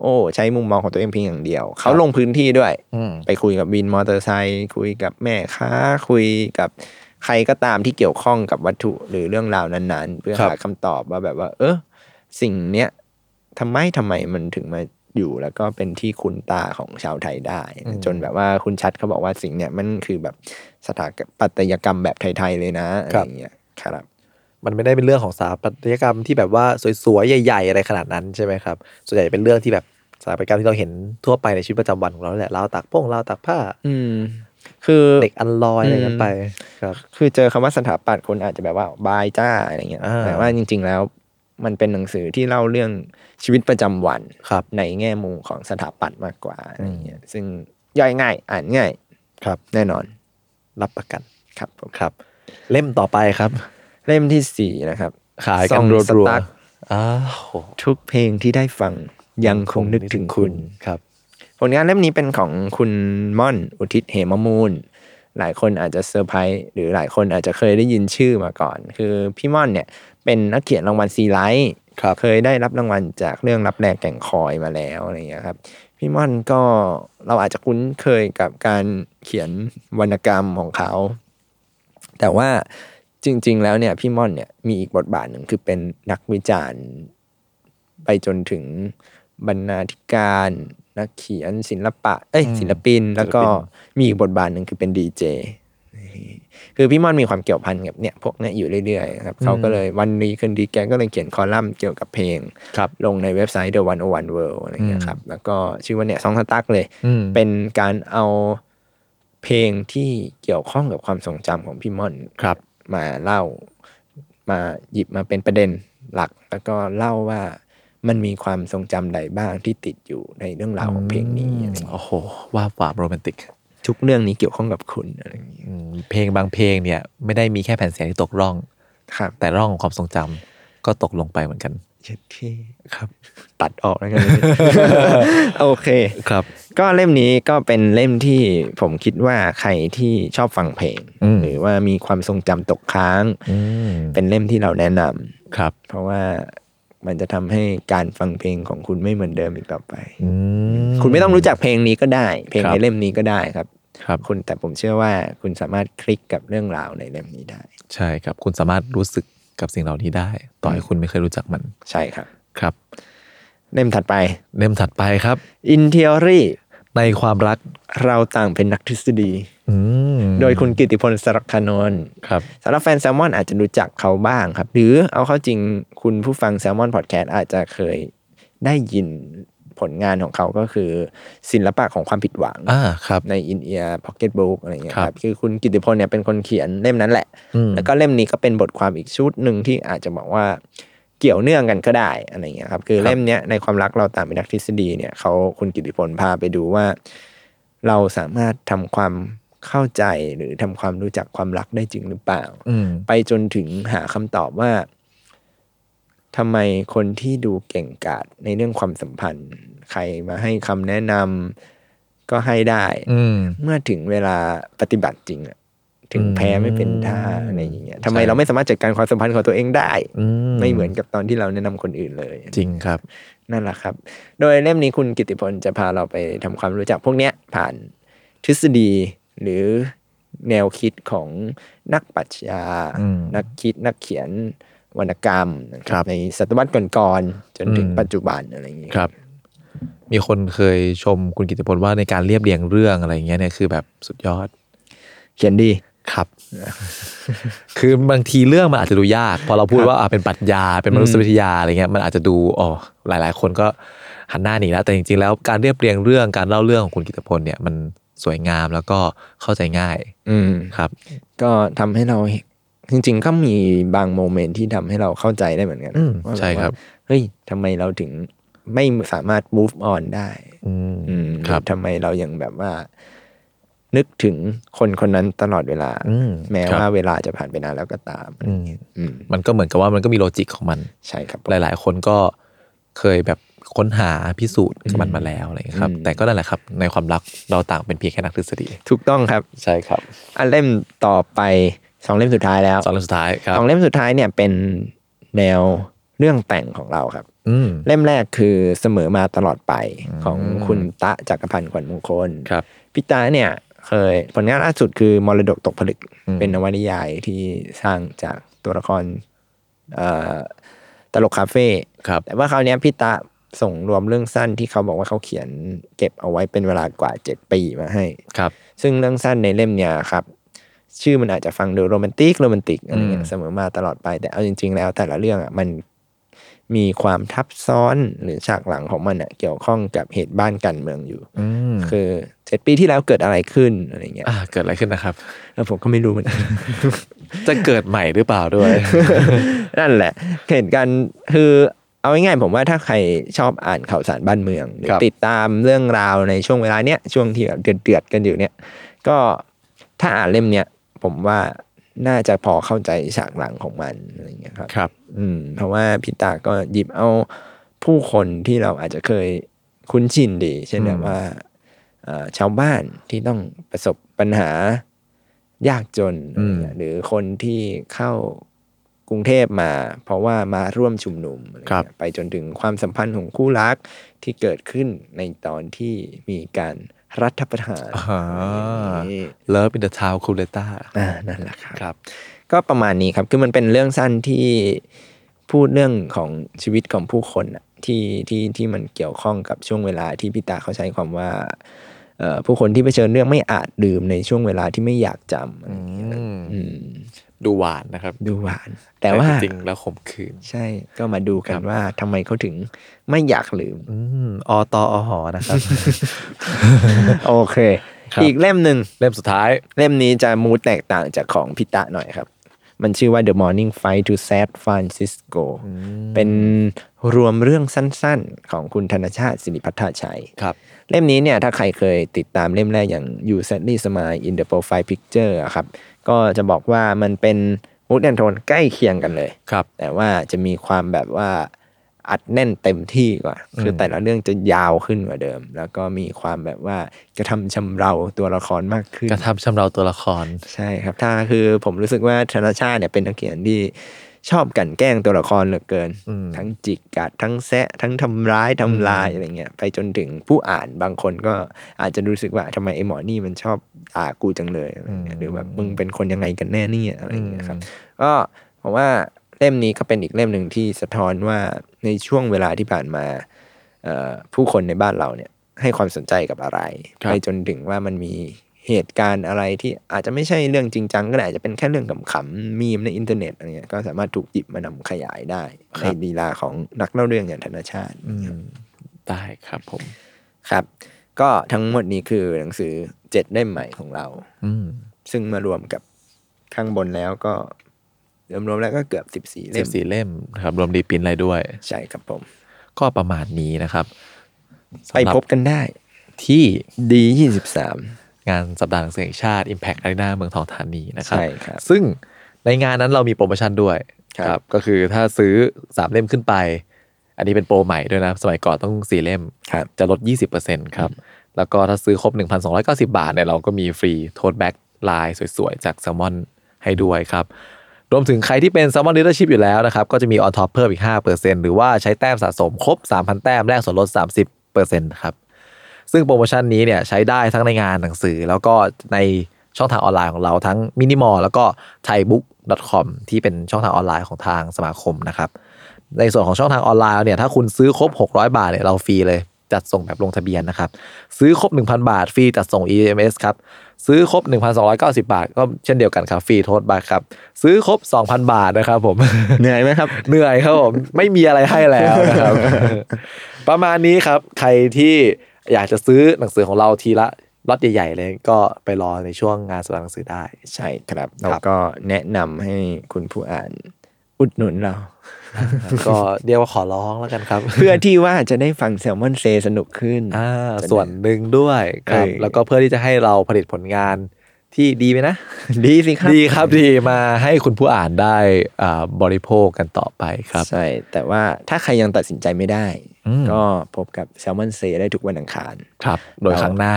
Speaker 3: โอ้ใช้มุมมองของตัวเองเพียงอย่างเดียว เขาลงพื้นที่ด้วย
Speaker 2: อืม
Speaker 3: ไปคุยกับวินมอเตอร์ไซค์คุยกับแม่ค้า คุยกับใครก็ตามที่เกี่ยวข้องกับวัตถุหรือเรื่องราวนั้นๆ เพื่อ
Speaker 2: ครับ
Speaker 3: หาคำตอบว่าแบบว่า เออสิ่งเนี้ยทำไมทำไมมันถึงมาอยู่แล้วก็เป็นที่คุ้นตาของชาวไทยได้ จนแบบว่าคุณชัดเขาบอกว่าสิ่งเนี้ยมันคือแบบสถาปัตยกรรมแบบไทยๆเลยนะอะไรอย่างเงี้ยครับ
Speaker 2: มันไม่ได้เป็นเรื่องของสถาปัตยกรรมที่แบบว่าสวยๆ ใหญ่ ๆ อะไรขนาดนั้นใช่ไหมครับ ส่วนใหญ่เป็นเรื่องที่แบบสถาปัตยกรรมที่เราเห็นทั่วไปในชีวิตประจำวันของเราแหละราวตากโป้งราวตากผ้า
Speaker 3: อืม คือ
Speaker 2: เด็กอันลอยอะไรกันไปครับ
Speaker 3: คือเจอคำว่าสถาปัตย์คนอาจจะแบบว่าบายจ้าอะไรเงี้ย
Speaker 2: อ่า
Speaker 3: แต่ว่าจริง ๆ แล้วมันเป็นหนังสือที่เล่าเรื่องชีวิตประจำวัน
Speaker 2: ครับ
Speaker 3: ในแง่มุมของสถาปัตย์มากกว่าอะไรเงี้ยซึ่งย่อยง่ายอ่านง่าย
Speaker 2: ครับ
Speaker 3: แน่นอน
Speaker 2: รับประกัน
Speaker 3: ครับผม
Speaker 2: ครับ เล่มต่อไปครับ
Speaker 3: เล่มที่สี่นะครับ
Speaker 2: ขายกัน
Speaker 3: ซอง
Speaker 2: รั
Speaker 3: ส
Speaker 2: ว
Speaker 3: ตั๊ก
Speaker 2: ๆอ้าว
Speaker 3: ทุกเพลงที่ได้ฟังยังคงนึกถึงคุณ
Speaker 2: ครับ
Speaker 3: ผลงานเล่มนี้เป็นของคุณม่อนอุทิศเหมมูล หลายคนอาจจะเซอร์ไพรส์หรือหลายคนอาจจะเคยได้ยินชื่อมาก่อน คือพี่ม่อนเนี่ยเป็นนักเขียนรางวัลซีไลท์
Speaker 2: ครับ
Speaker 3: เคยได้รับรางวัลจากเรื่องรับแรงแก่งคอยมาแล้วอะไรอย่างเงี้ยครับ พี่ม่อนก็เราอาจจะคุ้นเคยกับการเขียนวรรณกรรมของเขา แต่ว่าจริง ๆ แล้วเนี่ยพี่ม่อนเนี่ยมีอีกบทบาทหนึ่งคือเป็นนักวิจารณ์ ไปจนถึงบรรณาธิการนักเขียนศิลปะ เอ้ยศิลปิน แล้วก็มีอีกบทบาทหนึ่งคือเป็นดีเจ คือพี่ม่อนมีความเกี่ยวพันกับเนี่ยพวกเนี้ยอยู่เรื่อยๆครับเขาก็เลยวันนี้คืนดีแกก็เลยเขียนคอลัมน์เกี่ยวกับเพลง
Speaker 2: ครับ
Speaker 3: ลงในเว็บไซต์ The 101 World อะไรเงี้ยครับ แล้วก็ชื่อว่าเนี่ยซองสตั๊กเลย
Speaker 2: อืม
Speaker 3: เป็นการเอาเพลงที่เกี่ยวข้องกับความทรงจำของพี่ม่อน
Speaker 2: ครับ
Speaker 3: มาเล่ามาหยิบมาเป็นประเด็นหลัก แล้วก็เล่าว่ามันมีความทรงจำใดบ้างที่ติดอยู่ในเรื่องราวของเพลงนี้อะไรเงี้ย
Speaker 2: โอ้โหว่าฝามโรแมนติก
Speaker 3: ทุกเรื่องนี้เกี่ยวข้องกับคุณอะไรอย่างเงี้ย
Speaker 2: อืมเพลงบางเพลงเนี่ย ไม่ได้มีแค่แผ่นเสียงที่ตกร่อง
Speaker 3: ครับ
Speaker 2: แต่ร่องของความทรงจำก็ตกลงไปเหมือนกัน
Speaker 3: เช็ดที่
Speaker 2: ครับ
Speaker 3: ตัดออกแล้วกัน โอเค
Speaker 2: ครับ
Speaker 3: ก็เล่มนี้ก็เป็นเล่มที่ผมคิดว่าใครที่ชอบฟังเพลง
Speaker 2: อืม
Speaker 3: หรือว่ามีความทรงจำตกค้าง
Speaker 2: อืม
Speaker 3: เป็นเล่มที่เราแนะนำ
Speaker 2: ครับ
Speaker 3: เพราะว่ามันจะทำให้การฟังเพลงของคุณไม่เหมือนเดิมอีกต่อไป
Speaker 2: อืม
Speaker 3: คุณไม่ต้องรู้จักเพลงนี้ก็ได้ เพลง
Speaker 2: ครับ
Speaker 3: ในเล่มนี้ก็ได้ครับ
Speaker 2: ครับ
Speaker 3: คุณแต่ผมเชื่อว่าคุณสามารถคลิกกับเรื่องราวในเล่มนี้ได้
Speaker 2: ใช่ครับ คุณสามารถรู้สึกกับสิ่งเหล่านี้ได้ ต่อให้คุณไม่เคยรู้จักมัน
Speaker 3: ใช่ครับ
Speaker 2: ครับ
Speaker 3: เล่มถัดไป
Speaker 2: เล่มถัดไปครับ
Speaker 3: In Theory
Speaker 2: ในความรัก
Speaker 3: เราต่างเป็นนักทฤษฎี
Speaker 2: อืม
Speaker 3: โดยคุณกิติพลสรักคานนท์
Speaker 2: ครับ
Speaker 3: สำหรับแฟนแซลมอนอาจจะรู้จักเขาบ้างครับ หรือเอาเข้าจริงคุณผู้ฟังแซลมอนพอดแคสต์อาจจะเคยได้ยินผ ผลงานของเขาก็คือ ศิลปะของความผิดหวัง
Speaker 2: อ่าครับ
Speaker 3: ในอินเอียร์พ็อกเก็ตบุ๊กอะไรอย่างเงี้ย
Speaker 2: ครับ
Speaker 3: ครับคือคุณกิตติพลเนี่ยเป็นคนเขียนเล่มนั้นแหละ
Speaker 2: อืม
Speaker 3: แล้วก็เล่มนี้ก็เป็นบทความอีกชุดหนึ่งที่อาจจะบอกว่าเกี่ยวเนื่องกันก็ได้อะไรอย่างเงี้ยครับ คือเล่มเนี้ยในความรักเราต่างเป็นนักทฤษฎีเนี่ยเขาคุณกิตติพลพาไปดูว่า เราสามารถทำความเข้าใจหรือทำความรู้จักความรักได้จริงหรือเปล่า
Speaker 2: อืม
Speaker 3: ไปจนถึงหาคำตอบว่าทำไมคนที่ดูเก่งกาจในเรื่องความสัมพันธ์ ใครมาให้คำแนะนำก็ให้ได้
Speaker 2: อืม
Speaker 3: เมื่อถึงเวลาปฏิบัติจริงอะถึง
Speaker 2: อืม
Speaker 3: แพ้ไม่เป็นท่าอะไรอย่างเงี้ยทำไม
Speaker 2: ใช่
Speaker 3: เราไม่สามารถจัดการความสัมพันธ์ของตัวเองได้
Speaker 2: อื
Speaker 3: ไม่เหมือนกับตอนที่เราแนะนำคนอื่นเลย
Speaker 2: จริงครับ
Speaker 3: นั่นแหละครับ โดยเล่มนี้คุณกิติพลจะพาเราไปทำความรู้จักพวกเนี้ยผ่านทฤษฎีหรือแนวคิดของนักปรัชญา
Speaker 2: อืม
Speaker 3: นักคิดนักเขียนวรรณกรรมนะค
Speaker 2: ครั
Speaker 3: รับบ ในศตวรรษก่อนๆจนถึง
Speaker 2: อืม
Speaker 3: ปัจจุบันอะไรอย่างเงี้ย
Speaker 2: ครับ มีคนเคยชมคุณกิตติพลว่าในการเรียบเรียงเรื่องอะไรอย่างเงี้ยเนี่ยคือแบบสุดยอด
Speaker 3: เขียนดี
Speaker 2: ครับ คือบางทีเรื่องมันอาจจะดูยาก พอเราพูดว่าอ่ะเป็นปรัชญา เป็นมนุษยวิทยาอะไรเงี้ย มันอาจจะดูอ๋อหลาย ๆ คนก็หันหน้าหนีแล้ว แต่จริง ๆ แล้วการเรียบเรียงเรื่องการเล่าเรื่องของคุณกิตตพลเนี่ยมันสวยงามแล้วก็เข้าใจง่าย
Speaker 3: อืม
Speaker 2: ครับ
Speaker 3: ก็ทำให้เราจริงๆ ก็มีบางโมเมนต์ที่ทำให้เราเข้าใจได้เหมือนกันนะ
Speaker 2: อืม
Speaker 3: ว่าแ
Speaker 2: ใช่ครับ
Speaker 3: ว่าเฮ้ยทำไมเราถึงไม่สามารถ move on ได้
Speaker 2: อืม
Speaker 3: อืม
Speaker 2: ครับ
Speaker 3: ทำไมเรายังแบบว่า นึกถึงคนคนนั้นตลอดเวลา
Speaker 2: อืม
Speaker 3: แม้
Speaker 2: ครับ
Speaker 3: ว่าเวลาจะผ่านไปนานแล้วก็ตาม
Speaker 2: อืม
Speaker 3: อืม
Speaker 2: มันก็เหมือนกับว่ามันก็มีโลจิกของมัน
Speaker 3: ใช่ครับผม
Speaker 2: หลาย ๆ คนก็เคยแบบค้นหาพิสูจน์กับมันมาแล้วอะไรเงี้ยครับ
Speaker 3: อืม
Speaker 2: แต่ก็นั่นแหละครับ ในความรักเราต่างเป็นเพียงแค่นักทฤษฎี
Speaker 3: ถูกต้องครับ
Speaker 2: ใช่ครับ
Speaker 3: อันเล่มต่อไปสองเล่มสุดท้ายแล้ว
Speaker 2: สองเรื่องสุดท้ายครับ
Speaker 3: สองเล่มสุดท้ายเนี่ยเป็นแนวเรื่องแต่งของเราครับ
Speaker 2: อืม
Speaker 3: เล่มแรกคือเสมอมาตลอดไปของ
Speaker 2: อืม
Speaker 3: คุณตะจักรพันธ์ขวัญมงคล
Speaker 2: ครับ
Speaker 3: พี่ตะเนี่ยเคยผลงานล่าสุดคือมรดกตกผลึก
Speaker 2: อืม
Speaker 3: เป็นนวนิยายที่สร้างจากตัวละครเอ่อตลกคาเฟ่
Speaker 2: ครับ
Speaker 3: แต่ว่าคราวเนี้ยพี่ตะส่งรวมเรื่องสั้นที่เขาบอกว่าเขาเขียนเก็บเอาไว้เป็นเวลากว่าเจ็ดปีมาให้
Speaker 2: ครับ
Speaker 3: ซึ่งเรื่องสั้นในเล่มเนี่ยครับ ชื่อมันอาจจะฟังดูโรแมนติกโรแมนติกอะไรเงี้
Speaker 2: อื
Speaker 3: ย
Speaker 2: ม
Speaker 3: เสมอมาตลอดไป แต่เอาจริง ๆ แล้วแต่ละเรื่องอ่ะมันมีความทับซ้อนหรือฉากหลังของมันอ่ะเกี่ยวข้องกับเหตุบ้านการเมืองอยู่
Speaker 2: อืม
Speaker 3: คือเจ็ดปีที่แล้วเกิดอะไรขึ้นอะไรเงี้ย
Speaker 2: อ่าเกิดอะไรขึ้นนะครับ
Speaker 3: แล้วผมก็ไม่รู้เหมือนกัน
Speaker 2: จะเกิดใหม่หรือเปล่า ด้วย
Speaker 3: นั่นแหละเหตุการณ์คือเอาง่ายๆผมว่าถ้าใครชอบอ่านข่าวสารบ้านเมืองหรือ
Speaker 2: ครับ
Speaker 3: ติดตามเรื่องราวในช่วงเวลาเนี้ยช่วงที่แบบเดือดๆกันอยู่เนี่ย ก็ถ้าอ่านเล่มเนี้ยผมว่าน่าจะพอเข้าใจฉากหลังของมันอะไรอย่างเงี้ยครับ
Speaker 2: ครับ
Speaker 3: อืม เพราะว่าพี่ตาก็หยิบเอาผู้คนที่เราอาจจะเคยคุ้นชินดี เช่นแบ
Speaker 2: อื
Speaker 3: บ
Speaker 2: ม
Speaker 3: ว่าเอ่อชาวบ้านที่ต้องประสบปัญหายากจนอะไรเงี้ยหรือคนที่เข้ากรุงเทพมา เพราะว่ามาร่วมชุมนุมอะไรเงี้ยไปจนถึงความสัมพันธ์ของคู่รักที่เกิดขึ้นในตอนที่มีการรัฐประหาร
Speaker 2: อ่า
Speaker 3: อะไรอย่างงี้
Speaker 2: Love in the Town c o o l e t a
Speaker 3: อ่านั่นแหละครับ
Speaker 2: ครับ
Speaker 3: ก็ประมาณนี้ครับ คือมันเป็นเรื่องสั้นที่พูดเรื่องของชีวิตของผู้คนน่ะที่ที่ที่มันเกี่ยวข้องกับช่วงเวลาที่พี่ตาเขาใช้ความว่าเอ่อผู้คนที่เผชิญเรื่องไม่อาจลืมในช่วงเวลาที่ไม่อยากจำอะไรอย่างเงี้ย
Speaker 2: อืม
Speaker 3: อืม
Speaker 2: ดูหวานนะครับ
Speaker 3: ดูหวาน แต่ว่า
Speaker 2: จริงๆแล้วขมขื่น
Speaker 3: ใช่ก็มาดูกันว่าทำไมเขาถึงไม่อยากลืม
Speaker 2: อืมอตออหอ นะครับ
Speaker 3: โอเค
Speaker 2: ครับ
Speaker 3: อีกเล่มหนึ่ง
Speaker 2: เล่มสุดท้าย
Speaker 3: เล่มนี้จะมูดแตกต่างจากของพิตะหน่อยครับ มันชื่อว่า The Morning Flight to San Francisco เป็นรวมเรื่องสั้นๆ ของคุณธนชาติสิริพัฒนาชัย
Speaker 2: ครับ
Speaker 3: เล่มนี้เนี่ยถ้าใครเคยติดตามเล่มแรกอย่าง You Sadly Smile in the Profile Picture อะครับ ก็จะบอกว่ามันเป็นมูดแอนโทนใกล้เคียงกันเลย
Speaker 2: ครับ
Speaker 3: แต่ว่าจะมีความแบบว่าอัดแน่นเต็มที่กว่า คือแต่ละเรื่องจะยาวขึ้นกว่าเดิม แล้วก็มีความแบบว่ากระทำชำเราตัวละครมากขึ้น
Speaker 2: กระทำชำเราตัวละคร
Speaker 3: ใช่ครับ ถ้าคือผมรู้สึกว่าธนชาติเนี่ยเป็นนักเขียนที่ชอบกลันแกล้งตัวละครเหลือเกิน
Speaker 2: อืม
Speaker 3: ทั้งจิกกัดทั้งแซะ ทั้งทำร้ายทำลายอะไรเงี้ยไปจนถึงผู้อ่านบางคนก็อาจจะรู้สึกว่าทำไมไอ้หมอนี่มันชอบด่ากูจังเลยอะไรเงี้ยหรือแบบมึงเป็นคนยังไงกันแน่เนี่ยอะไรเงี้ยครับ ก็ผมว่าเล่มนี้ก็เป็นอีกเล่มหนึ่งที่สะท้อนว่าในช่วงเวลาที่ผ่านมาเอ่อผู้คนในบ้านเราเนี่ยให้ความสนใจกับอะไร
Speaker 2: ครับ
Speaker 3: ไปจนถึงว่ามันมีเหตุการณ์อะไรที่อาจจะไม่ใช่เรื่องจริงจังก็ได้อาจจะเป็นแค่เรื่องขำๆมีมในอินเทอร์เน็ตอะไรเงี้ยก็สามารถถูกหยิบมานำขยายได้ในลีลาของนักเล่าเรื่องอย่างธนชาติ
Speaker 2: อืม
Speaker 4: ได้ครับผม
Speaker 3: ครับ ก็ทั้งหมดนี้คือหนังสือเจ็ดเล่มใหม่ของเรา
Speaker 2: อืม
Speaker 3: ซึ่งมารวมกับข้างบนแล้วก็รวมๆแล้วก็เกือบสิบสี่
Speaker 2: สิ
Speaker 3: เล่
Speaker 2: บ
Speaker 3: ม
Speaker 2: สี่เล่มนะครับรวมดีปรินท์อะไรด้วย
Speaker 3: ใช่ครับผม
Speaker 2: ก็ประมาณนี้นะครับ
Speaker 3: ไปพบกันได้
Speaker 2: ที่
Speaker 3: ดียี่สิบสาม
Speaker 2: งานสัปดาห์หนังสือแห่งชาติ Impact Arena เมืองทองธานีนะครับ
Speaker 3: ใช่ครับ
Speaker 2: ซึ่งในงานนั้นเรามีโปรโมชั่นด้วย
Speaker 3: ครับ
Speaker 2: ก็คือถ้าซื้อ 3 เล่มขึ้นไป อันนี้เป็นโปรใหม่ด้วยนะ สมัยก่อนต้อง 4 เล่ม
Speaker 3: ครับ
Speaker 2: จะลด 20%ครับ แล้วก็ถ้าซื้อครบ 1,290 บาทเนี่ยเราก็มีฟรีโทสแบ็กลายสวยๆ จากแซลมอนให้ด้วยครับ รวมถึงใครที่เป็น s ซ l m o n Leadership อยู่แล้วนะครับ ก็จะมีออนท็อปเพิ่มอีก 5%หรือว่าใช้แต้มสะสมครบ 3,000 แต้มแลกส่วนลด 30%ครับ ซึ่งโปรโมชั่นนี้เนี่ยใช้ได้ทั้งในงานหนังสือ แล้วก็ในช่องทางออนไลน์ของเราทั้งมินิมอลแล้วก็ thaibook.com ที่เป็นช่องทางออนไลน์ของทางสมาคมนะครับ ในส่วนของช่องทางออนไลน์เนี่ยถ้าคุณซื้อครบ 600 บาทเนี่ยเราฟรีเลย จัดส่งแบบลงทะเบียนนะครับ ซื้อครบ 1,000 บาท ฟรีจัดส่ง EMS ครับ ซื้อครบ 1,290 บาท ก็เช่นเดียวกันครับ ฟรีโทษบัตรครับ ซื้อครบ 2,000 บาทนะครับผม
Speaker 3: เหนื่อยไหมครับ
Speaker 2: เหนื่อยครับผม ไม่มีอะไรให้แล้วนะครับ ประมาณนี้ครับ ใครที่อยากจะซื้อหนังสือของเราทีละล็อตใหญ่ๆเลยก็ไปรอในช่วงงานสำหรับหนังสือได้
Speaker 3: ใช่ครับเราก็แนะนำให้คุณผู้อ่านอุดหนุนเรา
Speaker 2: ก็เรียกว่าขอร้องแล้วกันครับ
Speaker 3: เพื่อที่ว่าจะได้ฟังแซลมอนเซสนุกขึ้น
Speaker 2: อ่า
Speaker 3: จะได้
Speaker 2: ส่วนหนึ่งด้วยครับ
Speaker 3: เออ
Speaker 2: แล้วก็เพื่อที่จะให้เราผลิตผลงานที่ดีไหมนะ
Speaker 3: ดีสิครับ
Speaker 2: ดีครับดีมาให้คุณผู้อ่านได้อ่าบริโภคกันต่อไปครับ
Speaker 3: ใช่ แต่ว่าถ้าใครยังตัดสินใจไม่ได้
Speaker 2: อืม
Speaker 3: ก็พบกับแซลมอนเซได้ทุกวันอังคาร
Speaker 2: ครับ โดยครั้งหน้า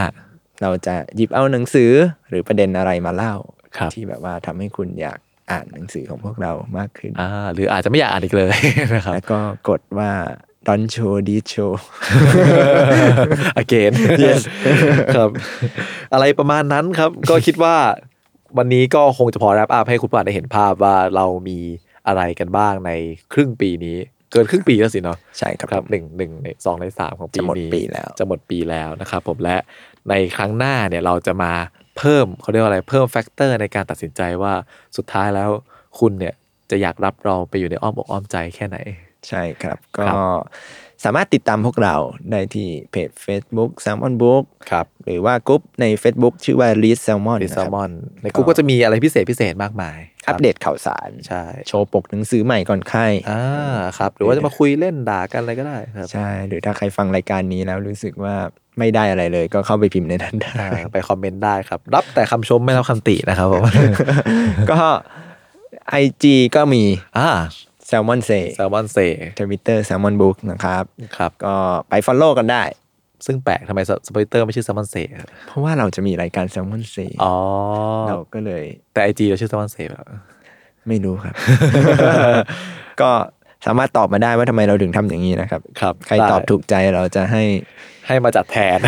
Speaker 3: เราจะหยิบเอาหนังสือหรือประเด็นอะไรมาเล่า
Speaker 2: ครับ
Speaker 3: ที่แบบว่าทำให้คุณอยากอ่านหนังสือของพวกเรามากขึ้น
Speaker 2: อ่าหรืออาจจะไม่อยากอ่านอีกเลย นะครับ
Speaker 3: แล้วก็กดว่าดอนโชดีโช
Speaker 2: again yes ครับ อะไรประมาณนั้นครับ ก็คิดว่าวันนี้ก็คงจะพอแรปอัพให้คุณผู้อ่านได้เห็นภาพว่าเรามีอะไรกันบ้างในครึ่งปีนี้ เกินครึ่งปีแล้วสิเนาะ
Speaker 3: ใช่ครับ
Speaker 2: ครับ
Speaker 3: ผม
Speaker 2: หนึ่งหนึ่งในสองในสามของปี
Speaker 3: จะหมด
Speaker 2: นี้
Speaker 3: ปีแล้ว
Speaker 2: จะหมดปีแล้วนะครับผมและในครั้งหน้าเนี่ยเราจะมาเพิ่มเขาเรียกว่าอะไรเพิ่มแฟกเตอร์ในการตัดสินใจว่าสุดท้ายแล้วคุณเนี่ยจะอยากรับเราไปอยู่ในอ้อมอกอ้อมใจแค่ไหน
Speaker 3: ใช่ครับ ก็
Speaker 2: ครับ
Speaker 3: สามารถติดตามพวกเราได้ที่เพจ Facebook Salmon Book
Speaker 2: ครับ
Speaker 3: หรือว่ากลุ่มใน Facebook ชื่อว่า Read Salmon
Speaker 2: ดิ
Speaker 3: นะ
Speaker 2: แซล
Speaker 3: ครับ
Speaker 2: มอนในกรุ๊ปก็จะมีอะไรพิเศษพิเศษมากมาย
Speaker 3: อัปเดตข่าวสาร
Speaker 2: ใช่
Speaker 3: โชว์ปกหนังสือใหม่ก่อนใคร
Speaker 2: อ่าครับ หรือว่าจะมาคุยเล่นด่ากันอะไรก็ได้ครับ
Speaker 3: ใช่ หรือถ้าใครฟังรายการนี้แล้วรู้สึกว่าไม่ได้อะไรเลย ก็เข้าไปพิมพ์ในนั้นได้
Speaker 2: อ่าไปคอมเมนต์ได้ครับ รับแต่คำชมไม่รับคำตินะครับผม
Speaker 3: ก็ IG ก็มี
Speaker 2: อ่า
Speaker 3: Salmon Say
Speaker 2: แซลมอนเซ
Speaker 3: Twitter Salmon Book นะครับ
Speaker 2: ครับ
Speaker 3: ก็ไป Follow กันได้
Speaker 2: ซึ่งแปลกทำไมสปอยเตอร์ไม่ชื่อแซลมอนเซครับ
Speaker 3: เพราะว่าเราจะมีรายการ Salmon Say
Speaker 2: อ๋อ
Speaker 3: เราก็เลย
Speaker 2: แต่ไอจีเราชื่อสมันเซฟอะ
Speaker 3: ไม่รู้ครับ ก็สามารถตอบมาได้ว่าทำไมเราถึงทำอย่างนี้นะครับ
Speaker 2: ครับ
Speaker 3: ใครตอบถูกใจเราจะให้
Speaker 2: ให้มาจัดแทน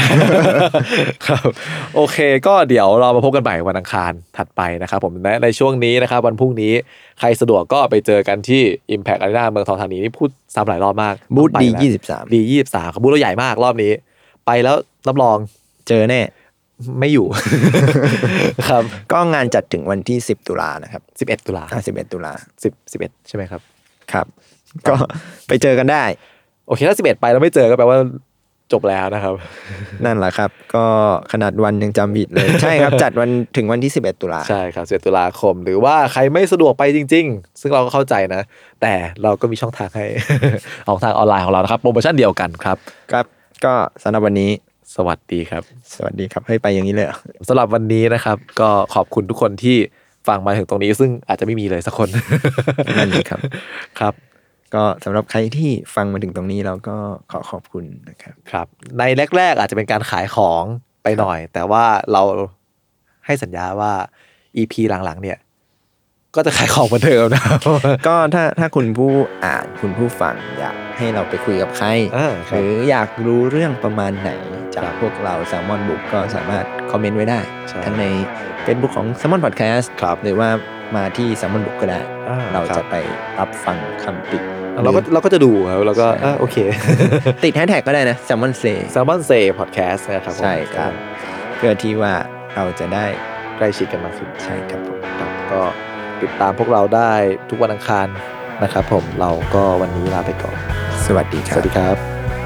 Speaker 2: ครับ โอเค ก็เดี๋ยวเรามาพบกันใหม่วันอังคารถัดไปนะครับ ผมและในช่วงนี้นะครับ วันพรุ่งนี้ใครสะดวกก็ไปเจอกันที่ Impact Arena เมืองทองธานีนี่พูดซ้ำหลายรอบมาก
Speaker 3: บูธ
Speaker 2: ไปแล้ว
Speaker 3: ดี23
Speaker 2: ดียี่สิบสามครับบูธเราใหญ่มากรอบนี้ ไปแล้วรับรอง
Speaker 3: เจอแน่
Speaker 2: ไม่ อยู่ ครับ
Speaker 3: ก็งานจัดถึงวันที่ 10 ตุลานะครับ
Speaker 2: สิบเอ็ดตุลา
Speaker 3: อ่า11 ตุลา
Speaker 2: สิบสิบเอ็ดใช่ไหมครับ
Speaker 3: ครับ ก็ ไปเจอกันได้
Speaker 2: โอเคถ้าสิบเอ็ดไปแล้วไม่เจอก็แปลว่าจบแล้วนะครับ
Speaker 3: นั่นแหละครับ ก็ขนาดวันยังจำผิด เลย ใช่ครับ จัดวันถึงวันที่ 11 ตุลา
Speaker 2: ใช่ครับ11ตุลาคม หรือว่าใครไม่สะดวกไปจริง ๆ ซึ่งเราก็เข้าใจนะ แต่เราก็มีช่องทางให้ ของทางออนไลน์ของเรานะครับ โปรโมชั่นเดียวกันครับ
Speaker 3: ครับ ก็สำหรับวันนี้
Speaker 2: สวัสดีครับ
Speaker 3: สวัสดีครับเฮ้ยไปอย่างนี้เลยเหรอ
Speaker 2: สำหรับวันนี้นะครับ ก็ขอบคุณทุกคนที่ฟังมาถึงตรงนี้ ซึ่งอาจจะไม่มีเลยสักคน
Speaker 3: นั่นเองครับ
Speaker 2: ครับ
Speaker 3: ก็สำหรับใครที่ฟังมาถึงตรงนี้เราก็ขอขอบคุณนะครับ
Speaker 2: ครับ ในแรก ๆ อาจจะเป็นการขายของไปหน่อย แต่ว่าเราให้สัญญาว่า EP หลังๆ เนี่ย ก็จะขายของเหมือนเดิมนะครับ
Speaker 3: ก็ถ้าถ้าคุณผู้อ่านคุณผู้ฟังอยากให้เราไปคุยกับใคร
Speaker 2: อ่าค
Speaker 3: ห
Speaker 2: รับ
Speaker 3: รืออยากรู้เรื่องประมาณไหน จากพวกเราแซลมอนบุกก็สามารถคอมเมนต์ไว้ได้
Speaker 2: ใช่
Speaker 3: ทั้งใน Facebook ของ s ซ l m o n Podcast
Speaker 2: ครับ
Speaker 3: หรือว่ามาที่ s ซ l m o n บุกก็ได้
Speaker 2: อ่า
Speaker 3: เรา
Speaker 2: ครั
Speaker 3: จะ
Speaker 2: บ
Speaker 3: ไปรับฟังคำ ติ
Speaker 2: เราก็เราก็จะดูครับเราก็
Speaker 3: ใช่
Speaker 2: อ่ะโอเค
Speaker 3: ติดแฮชแท็กก็ได้นะ s ซ l m o n s a y
Speaker 2: แซลมอนเซพอดแคสต์นะครับผม
Speaker 3: ใช่ครับ เพื่อที่ว่าเราจะได้
Speaker 2: ใกล้ชิดกันมากขึ้น
Speaker 3: ใช่ครับผม
Speaker 2: ครับก็ติดตามพวกเราได้ทุกวันอังคารนะครับผมเราก็วันนี้ลาไปก่อน
Speaker 3: สวัสดีค
Speaker 2: ส
Speaker 3: รับ
Speaker 2: วัสดีครับ